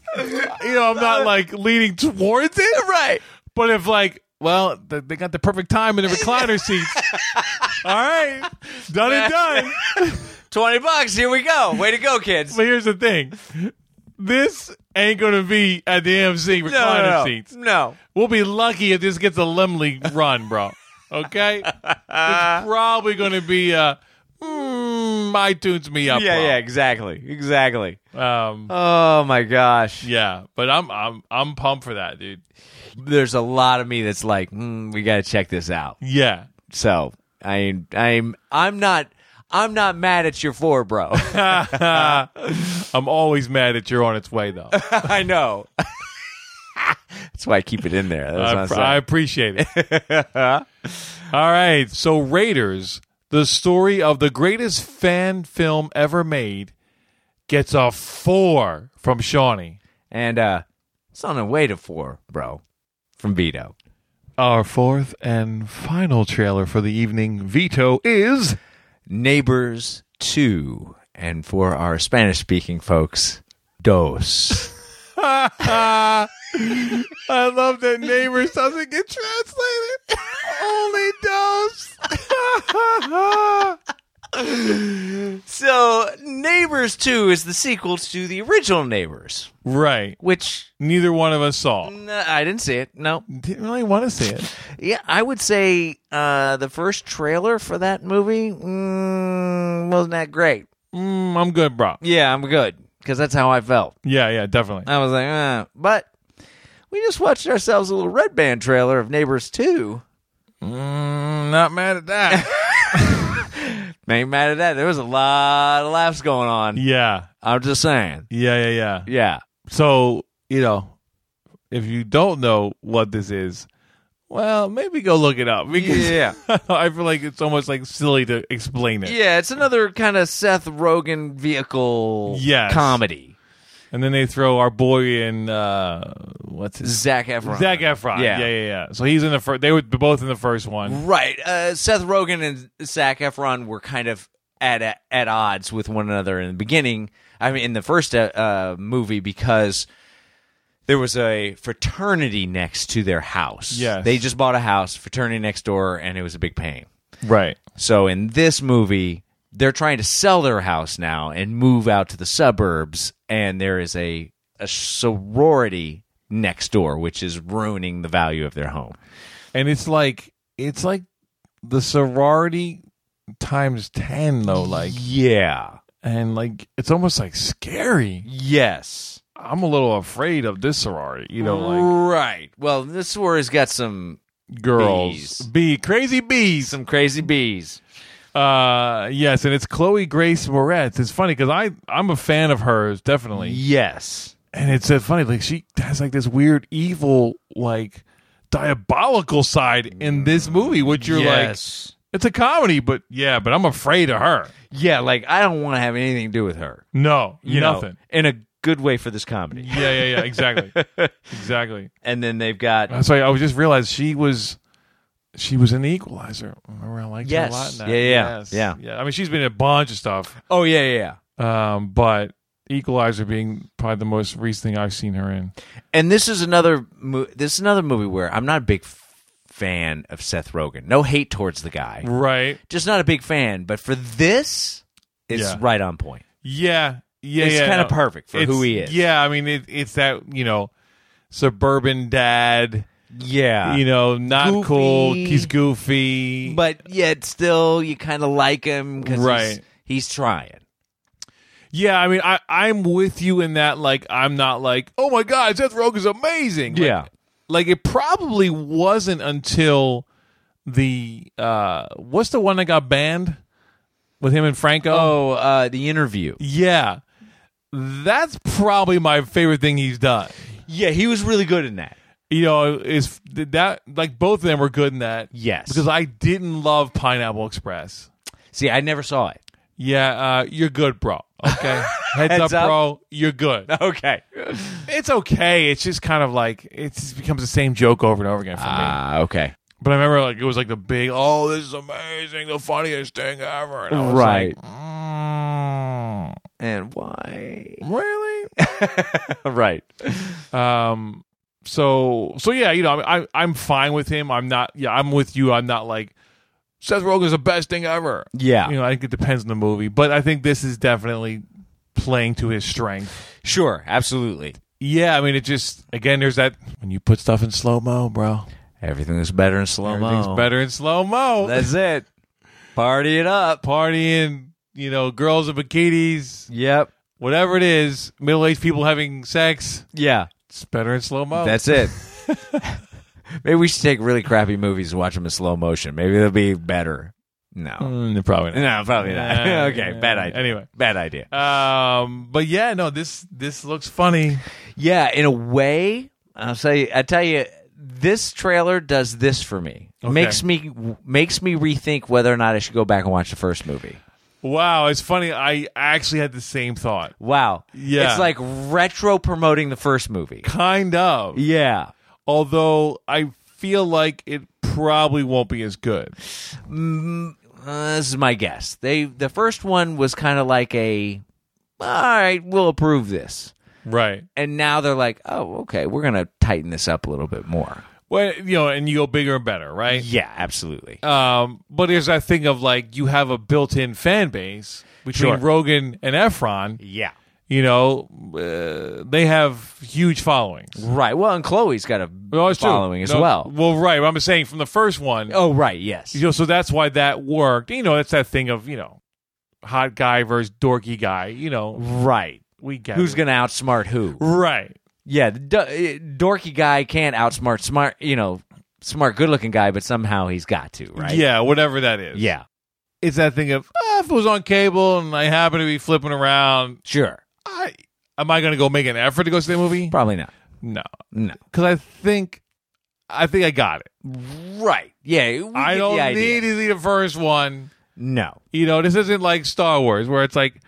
S3: know, I'm not like leaning towards it,
S2: right.
S3: but if like, well, th- they got the perfect time in the recliner seats.
S2: [laughs]
S3: All right, done and done.
S2: 20 bucks. Here we go. Way to go, kids.
S3: But here's the thing. This ain't going to be at the AMC [laughs] recliner
S2: no, no, no.
S3: seats.
S2: No.
S3: We'll be lucky if this gets a
S2: [laughs]
S3: Lemley run, bro. Okay? it's probably going to be a mm, iTunes me up.
S2: yeah,
S3: well.
S2: yeah, exactly, exactly.
S3: Um,
S2: Oh my gosh,
S3: yeah, but I'm I'm I'm pumped for that, dude.
S2: there's a lot of me that's like, mm, we got to check this out.
S3: Yeah,
S2: So I, I'm, I'm not, I'm not mad at your four, bro. [laughs]
S3: I'm always mad that you're on its way
S2: [laughs]
S3: though.
S2: I know. That's why I keep it in there. That's what
S3: I,
S2: I'm
S3: pr-
S2: saying.
S3: I appreciate it.
S2: [laughs]
S3: All right. So, Raiders, the story of the greatest fan film ever made, gets a four from Shawnee.
S2: and uh, it's on the way to four, bro, from Vito.
S3: Our fourth and final trailer for the evening, Veto, is.
S2: Neighbors two, and for our Spanish-speaking folks,
S3: [laughs]
S2: dos.
S3: I love that Neighbors doesn't get translated. Only does. [laughs]
S2: so, Neighbors two is the sequel to the original Neighbors,
S3: right.
S2: which
S3: Neither one of us saw.
S2: no, I didn't see it. No,
S3: Didn't really want to see it.
S2: Yeah, I would say uh, the first trailer for that movie mm, wasn't that great.
S3: Mm, I'm good, bro.
S2: Yeah, I'm good because that's how I felt.
S3: Yeah, yeah, definitely.
S2: I was like, uh, but we just watched ourselves a little Red Band trailer of Neighbors Two.
S3: I'm Mm, not mad at that.
S2: [laughs]
S3: [laughs]
S2: Ain't mad at that. There was a lot of laughs going on.
S3: Yeah.
S2: I'm just saying.
S3: Yeah, yeah, yeah.
S2: Yeah,
S3: So, you know, if you don't know what this is, well, maybe go look it up because
S2: Yeah.
S3: [laughs] I feel like it's almost like silly to explain it.
S2: yeah. It's another kind of Seth Rogen vehicle
S3: Yes.
S2: comedy.
S3: And then they throw our boy in uh what's his
S2: Zach Efron.
S3: Zach Efron.
S2: Yeah.
S3: yeah, yeah. yeah. So he's in the first they were both in the first one.
S2: Right. Uh, Seth Rogen and Zach Efron were kind of at, at odds with one another in the beginning. I mean, in the first uh, uh, movie, because there was a fraternity next to their house.
S3: Yes.
S2: They just bought a house, fraternity next door, and it was a big pain.
S3: Right.
S2: So in this movie, they're trying to sell their house now and move out to the suburbs, and there is a, a sorority next door, which is ruining the value of their home.
S3: And it's like it's like the sorority times 10 though like
S2: Yeah.
S3: and like it's almost like scary.
S2: Yes.
S3: I'm a little afraid of this sorority, you know, like
S2: right. Well, this war has got some
S3: girls,
S2: Bees.
S3: bee, crazy bees.
S2: some crazy bees.
S3: Uh, yes, and it's Chloe Grace Moretz. It's funny because I I'm a fan of hers definitely,
S2: Yes.
S3: and it's uh, funny like she has like this weird evil like diabolical side in this movie, which you're
S2: yes.
S3: like it's a comedy, but yeah, but I'm afraid of her.
S2: yeah, like I don't want to have anything to do with her.
S3: No,
S2: You know,
S3: nothing.
S2: in a good way for this comedy.
S3: Yeah, yeah, yeah,
S2: [laughs]
S3: exactly, exactly.
S2: And then they've got
S3: That's why I was just realized she was she was in the Equalizer. Remember, I liked her
S2: Yes.
S3: a lot. In that.
S2: Yeah, yeah,
S3: yes.
S2: yeah.
S3: yeah. I mean, she's been in a bunch of stuff,
S2: oh yeah, yeah, yeah.
S3: um, but Equalizer being probably the most recent thing I've seen her in.
S2: And this is another mo- this is another movie where I'm not a big f- fan of Seth Rogen. No hate towards the guy,
S3: Right?
S2: just not a big fan. But for this, it's
S3: Yeah.
S2: right on point.
S3: Yeah, yeah.
S2: It's
S3: yeah,
S2: kinda perfect for
S3: It's-
S2: who he is.
S3: Yeah, I mean, it, it's that you know suburban dad.
S2: Yeah,
S3: you know, not
S2: Goofy.
S3: cool. He's goofy,
S2: but yet still you kind of like him because
S3: Right.
S2: he's, he's trying.
S3: Yeah, I mean, I I'm with you in that. Like, I'm not like, oh my god, Seth Rogen's amazing. Like,
S2: Yeah.
S3: like it probably wasn't until the uh, what's the one that got banned with him and Franco?
S2: Oh, uh, the interview.
S3: yeah, that's probably my favorite thing he's done.
S2: Yeah, he was really good in that.
S3: You know, is that like both of them were good in that?
S2: Yes.
S3: because I didn't love Pineapple Express.
S2: See, I never saw it.
S3: Yeah, uh, you're good, bro.
S2: [laughs]
S3: Okay, heads,
S2: Heads
S3: up,
S2: up.
S3: bro. You're
S2: [laughs]
S3: good.
S2: [laughs] Okay.
S3: It's okay. It's just kind of like it just becomes the same joke over and over again for me.
S2: Ah, okay.
S3: But I remember like it was like the big, oh, this is amazing, the funniest thing ever. And I was Like, mm,
S2: and why?
S3: really? [laughs]
S2: [laughs] right.
S3: um. So so yeah, you know, I'm I, I'm fine with him. I'm not. Yeah, I'm with you. I'm not like Seth Rogen's the best thing ever.
S2: Yeah.
S3: You know, I think it depends on the movie, but I think this is definitely playing to his strength.
S2: Sure. Absolutely.
S3: Yeah, I mean, it just again, there's that when you put stuff in slow mo, bro.
S2: Everything is better in slow mo.
S3: Everything's better in slow mo.
S2: That's it. Party it
S3: [laughs]
S2: up.
S3: partying. you know, girls in bikinis,
S2: Yep.
S3: whatever it is, middle aged people having sex.
S2: Yeah.
S3: It's better in slow mo.
S2: That's [laughs] it. Maybe we should take really crappy movies and watch them in slow motion. Maybe they'll be better. No.
S3: Mm, probably not.
S2: No, probably not.
S3: Yeah,
S2: [laughs] okay,
S3: yeah.
S2: bad idea.
S3: Anyway.
S2: bad idea.
S3: Um, but yeah, no, this this looks funny.
S2: Yeah, in a way, I'll say I tell you this trailer does this for me.
S3: Okay.
S2: Makes me makes me rethink whether or not I should go back and watch the first movie.
S3: Wow, it's funny. I actually had the same thought.
S2: Wow.
S3: Yeah.
S2: It's like retro promoting the first movie.
S3: Kind of.
S2: Yeah.
S3: Although I feel like it probably won't be as good.
S2: Uh, this is my guess. They the first one was kind of like a all right, we'll approve this.
S3: Right.
S2: And now they're like, "Oh, okay, we're going to tighten this up a little bit more."
S3: Well, you know, and you go bigger and better, right?
S2: Yeah, absolutely.
S3: Um, but there's that thing of like you have a built-in fan base between
S2: Sure.
S3: Rogan and Efron.
S2: yeah.
S3: You know, uh, they have huge followings.
S2: Right. Well, and Chloe's got a
S3: No, it's true.
S2: following as
S3: No,
S2: well.
S3: Well, right. But I'm saying from the first one,
S2: Oh, right. Yes.
S3: you know, so that's why that worked. You know, that's that thing of you know, hot guy versus dorky guy. You know,
S2: Right.
S3: we get
S2: Who's
S3: it.
S2: going to outsmart who?
S3: right.
S2: Yeah, the do- eh, dorky guy can't outsmart smart, you know, smart, good looking guy, but somehow he's got to, right?
S3: Yeah, whatever that is.
S2: Yeah.
S3: it's that thing of ah, if it was on cable and I happen to be flipping around,
S2: Sure.
S3: I am I going to go make an effort to go see the movie?
S2: Probably not.
S3: No,
S2: No.
S3: because I think I think I got it.
S2: Right. Yeah. we
S3: I
S2: get the
S3: don't
S2: idea.
S3: need to see the first one.
S2: No.
S3: You know, this isn't like Star Wars where it's like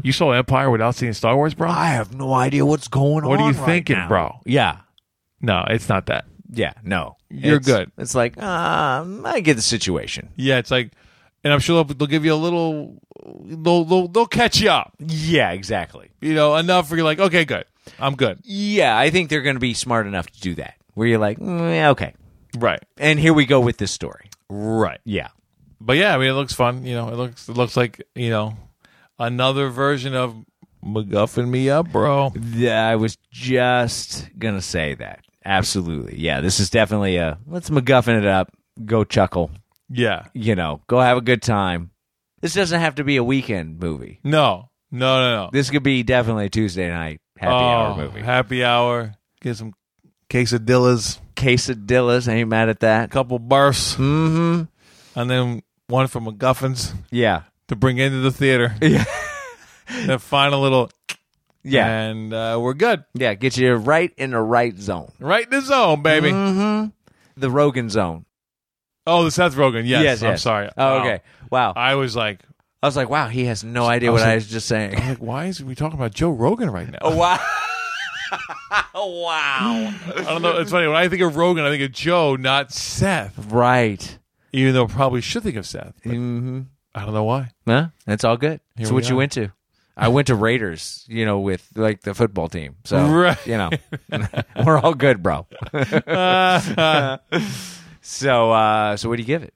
S3: you saw Empire without seeing Star Wars, bro.
S2: I have no idea what's going
S3: What
S2: on.
S3: are you
S2: right
S3: thinking,
S2: now.
S3: bro?
S2: Yeah.
S3: No, it's not that.
S2: Yeah. No.
S3: You're
S2: It's-
S3: good.
S2: It's like, um, I get the situation.
S3: Yeah, it's like, and I'm sure they'll, they'll give you a little. They'll, they'll they'll catch you up.
S2: Yeah, exactly.
S3: You know, enough where you're like, okay, good, I'm good.
S2: Yeah, I think they're going to be smart enough to do that. Where you're like, mm, yeah, okay.
S3: Right,
S2: And here we go with this story.
S3: right.
S2: Yeah.
S3: but yeah, I mean, it looks fun. You know, it looks it looks like you know another version of MacGuffin me up, bro.
S2: Yeah, I was just gonna say that. Absolutely, yeah. This is definitely a let's MacGuffin it up. Go chuckle,
S3: Yeah,
S2: you know. Go have a good time. This doesn't have to be a weekend movie.
S3: no, no, no, no.
S2: This could be definitely a Tuesday night happy hour
S3: Oh,
S2: movie.
S3: Happy hour. Get some quesadillas,
S2: Quesadillas, ain't mad at that.
S3: couple bursts,
S2: Mm-hmm.
S3: and then one for MacGuffins
S2: Yeah,
S3: to bring into the theater.
S2: [laughs] Yeah.
S3: the final little
S2: yeah,
S3: and uh, we're good.
S2: yeah. Get you right in the right zone,
S3: Right in the zone, baby.
S2: Mm-hmm. The Rogan zone.
S3: Oh, the Seth Rogen. Yes, I'm sorry.
S2: Oh,
S3: Wow.
S2: okay. Wow.
S3: I was like,
S2: I was like, wow, he has no idea
S3: was
S2: what I
S3: like-
S2: was just [laughs] saying.
S3: like, why is we talking about Joe Rogan right now?
S2: Oh, wow. wow.
S3: I don't know. It's funny. When I think of Rogan, I think of Joe, not Seth.
S2: Right.
S3: Even though I probably should think of Seth. but
S2: Mm-hmm.
S3: I don't know why.
S2: Huh? That's all good.
S3: Here
S2: It's
S3: we
S2: what you
S3: are.
S2: went to. I went to Raiders, you know, with like the football team. So,
S3: Right.
S2: you know, [laughs] we're all good, [laughs] bro. so, uh, so what do you give it?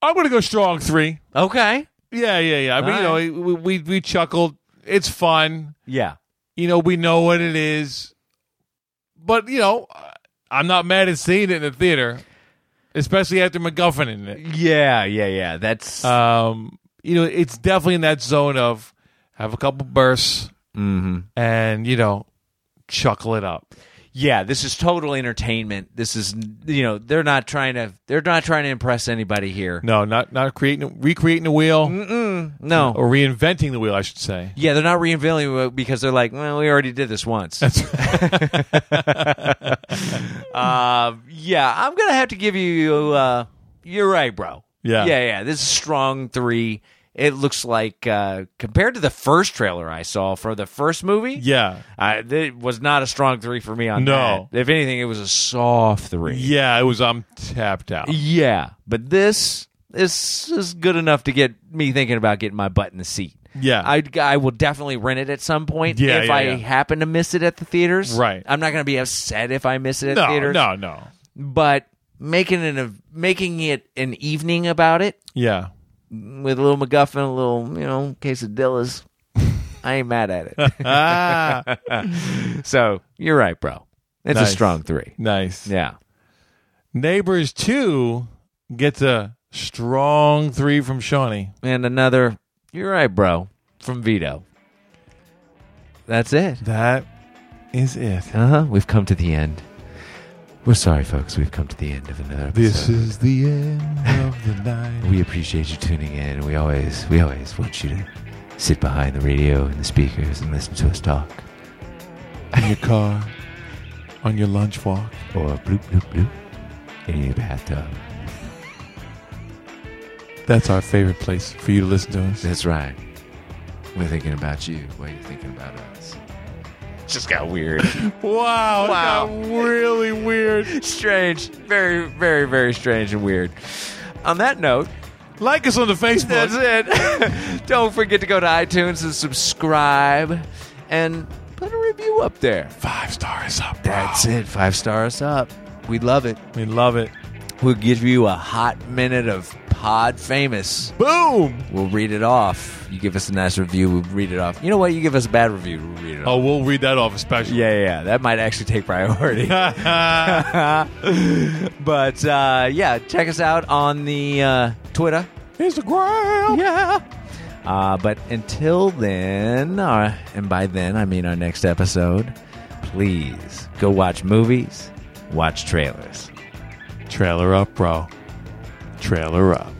S3: I'm going to go strong three.
S2: Okay.
S3: Yeah, yeah, yeah. I mean,
S2: All
S3: you know, we, we we chuckled. It's fun.
S2: Yeah.
S3: You know, we know what it is. But you know, I'm not mad at seeing it in the theater, especially after MacGuffin in it.
S2: Yeah. Yeah. Yeah. That's,
S3: Um, you know, it's definitely in that zone of have a couple bursts
S2: Mhm.
S3: and you know, chuckle it up.
S2: yeah, this is total entertainment. This is, you know, they're not trying to, they're not trying to impress anybody here.
S3: No, not not creating recreating the wheel
S2: No.
S3: or reinventing the wheel, I should say.
S2: Yeah, they're not reinventing it because they're like, well, we already did this once. [laughs] uh, yeah, I'm gonna have to give you. Uh, you're right, bro.
S3: Yeah.
S2: yeah, yeah. This is strong three. It looks like uh, compared to the first trailer I saw for the first movie.
S3: Yeah,
S2: I, it was not a strong three for me on
S3: No.
S2: that. If anything, it was a soft three.
S3: yeah, it was. I'm tapped out.
S2: yeah. But this this is good enough to get me thinking about getting my butt in the seat.
S3: Yeah,
S2: I I will definitely rent it at some point
S3: Yeah,
S2: if
S3: yeah,
S2: I
S3: yeah.
S2: happen to miss it at the theaters.
S3: Right.
S2: I'm not going to be upset if I miss it at
S3: no,
S2: theaters.
S3: no, no.
S2: But making it a, making it an evening about it
S3: Yeah,
S2: with a little MacGuffin, a little you know quesadillas. [laughs] I ain't mad at
S3: [laughs]
S2: it. [laughs] so you're right, bro. It's
S3: Nice.
S2: a strong three.
S3: nice.
S2: Yeah.
S3: Neighbors two gets a strong three from Shawnee.
S2: And another You're right, bro. From Vito. That's it.
S4: That is it.
S2: Uh huh. We've come to the end. We're sorry, folks. We've come to the end of another episode.
S4: This is the end of the night.
S2: We appreciate you tuning in. and We always, we always want you to sit behind the radio and the speakers and listen to us talk.
S4: In your car, on your lunch walk.
S2: Or bloop bloop bloop in your bathtub.
S4: That's our favorite place for you to listen to us.
S2: That's right. We're thinking about you while you're thinking about us. Just got weird.
S4: Wow.
S2: [laughs] Wow.
S4: That got really weird.
S2: [laughs] strange. Very, very, very strange and weird. On that note,
S4: Like us on the
S2: That's
S4: Facebook.
S2: it. [laughs] Don't forget to go to iTunes and subscribe and put a review up there.
S4: Five stars up, bro.
S2: That's it. Five stars up. We love it.
S4: We love it.
S2: We'll give you a hot minute of pod famous.
S4: Boom.
S2: We'll read it off. You give us a nice review, we'll read it off. You know what? You give us a bad review, we'll read it
S3: Oh,
S2: off.
S3: we'll read that off a special.
S2: Yeah, yeah, yeah. That might actually take
S4: [laughs]
S2: priority. [laughs] but uh, yeah, check us out on the uh, Twitter.
S4: Instagram.
S2: Yeah. Uh, but until then, uh, and by then I mean our next episode, please go watch movies, watch trailers.
S4: Trailer up, bro. Trailer up.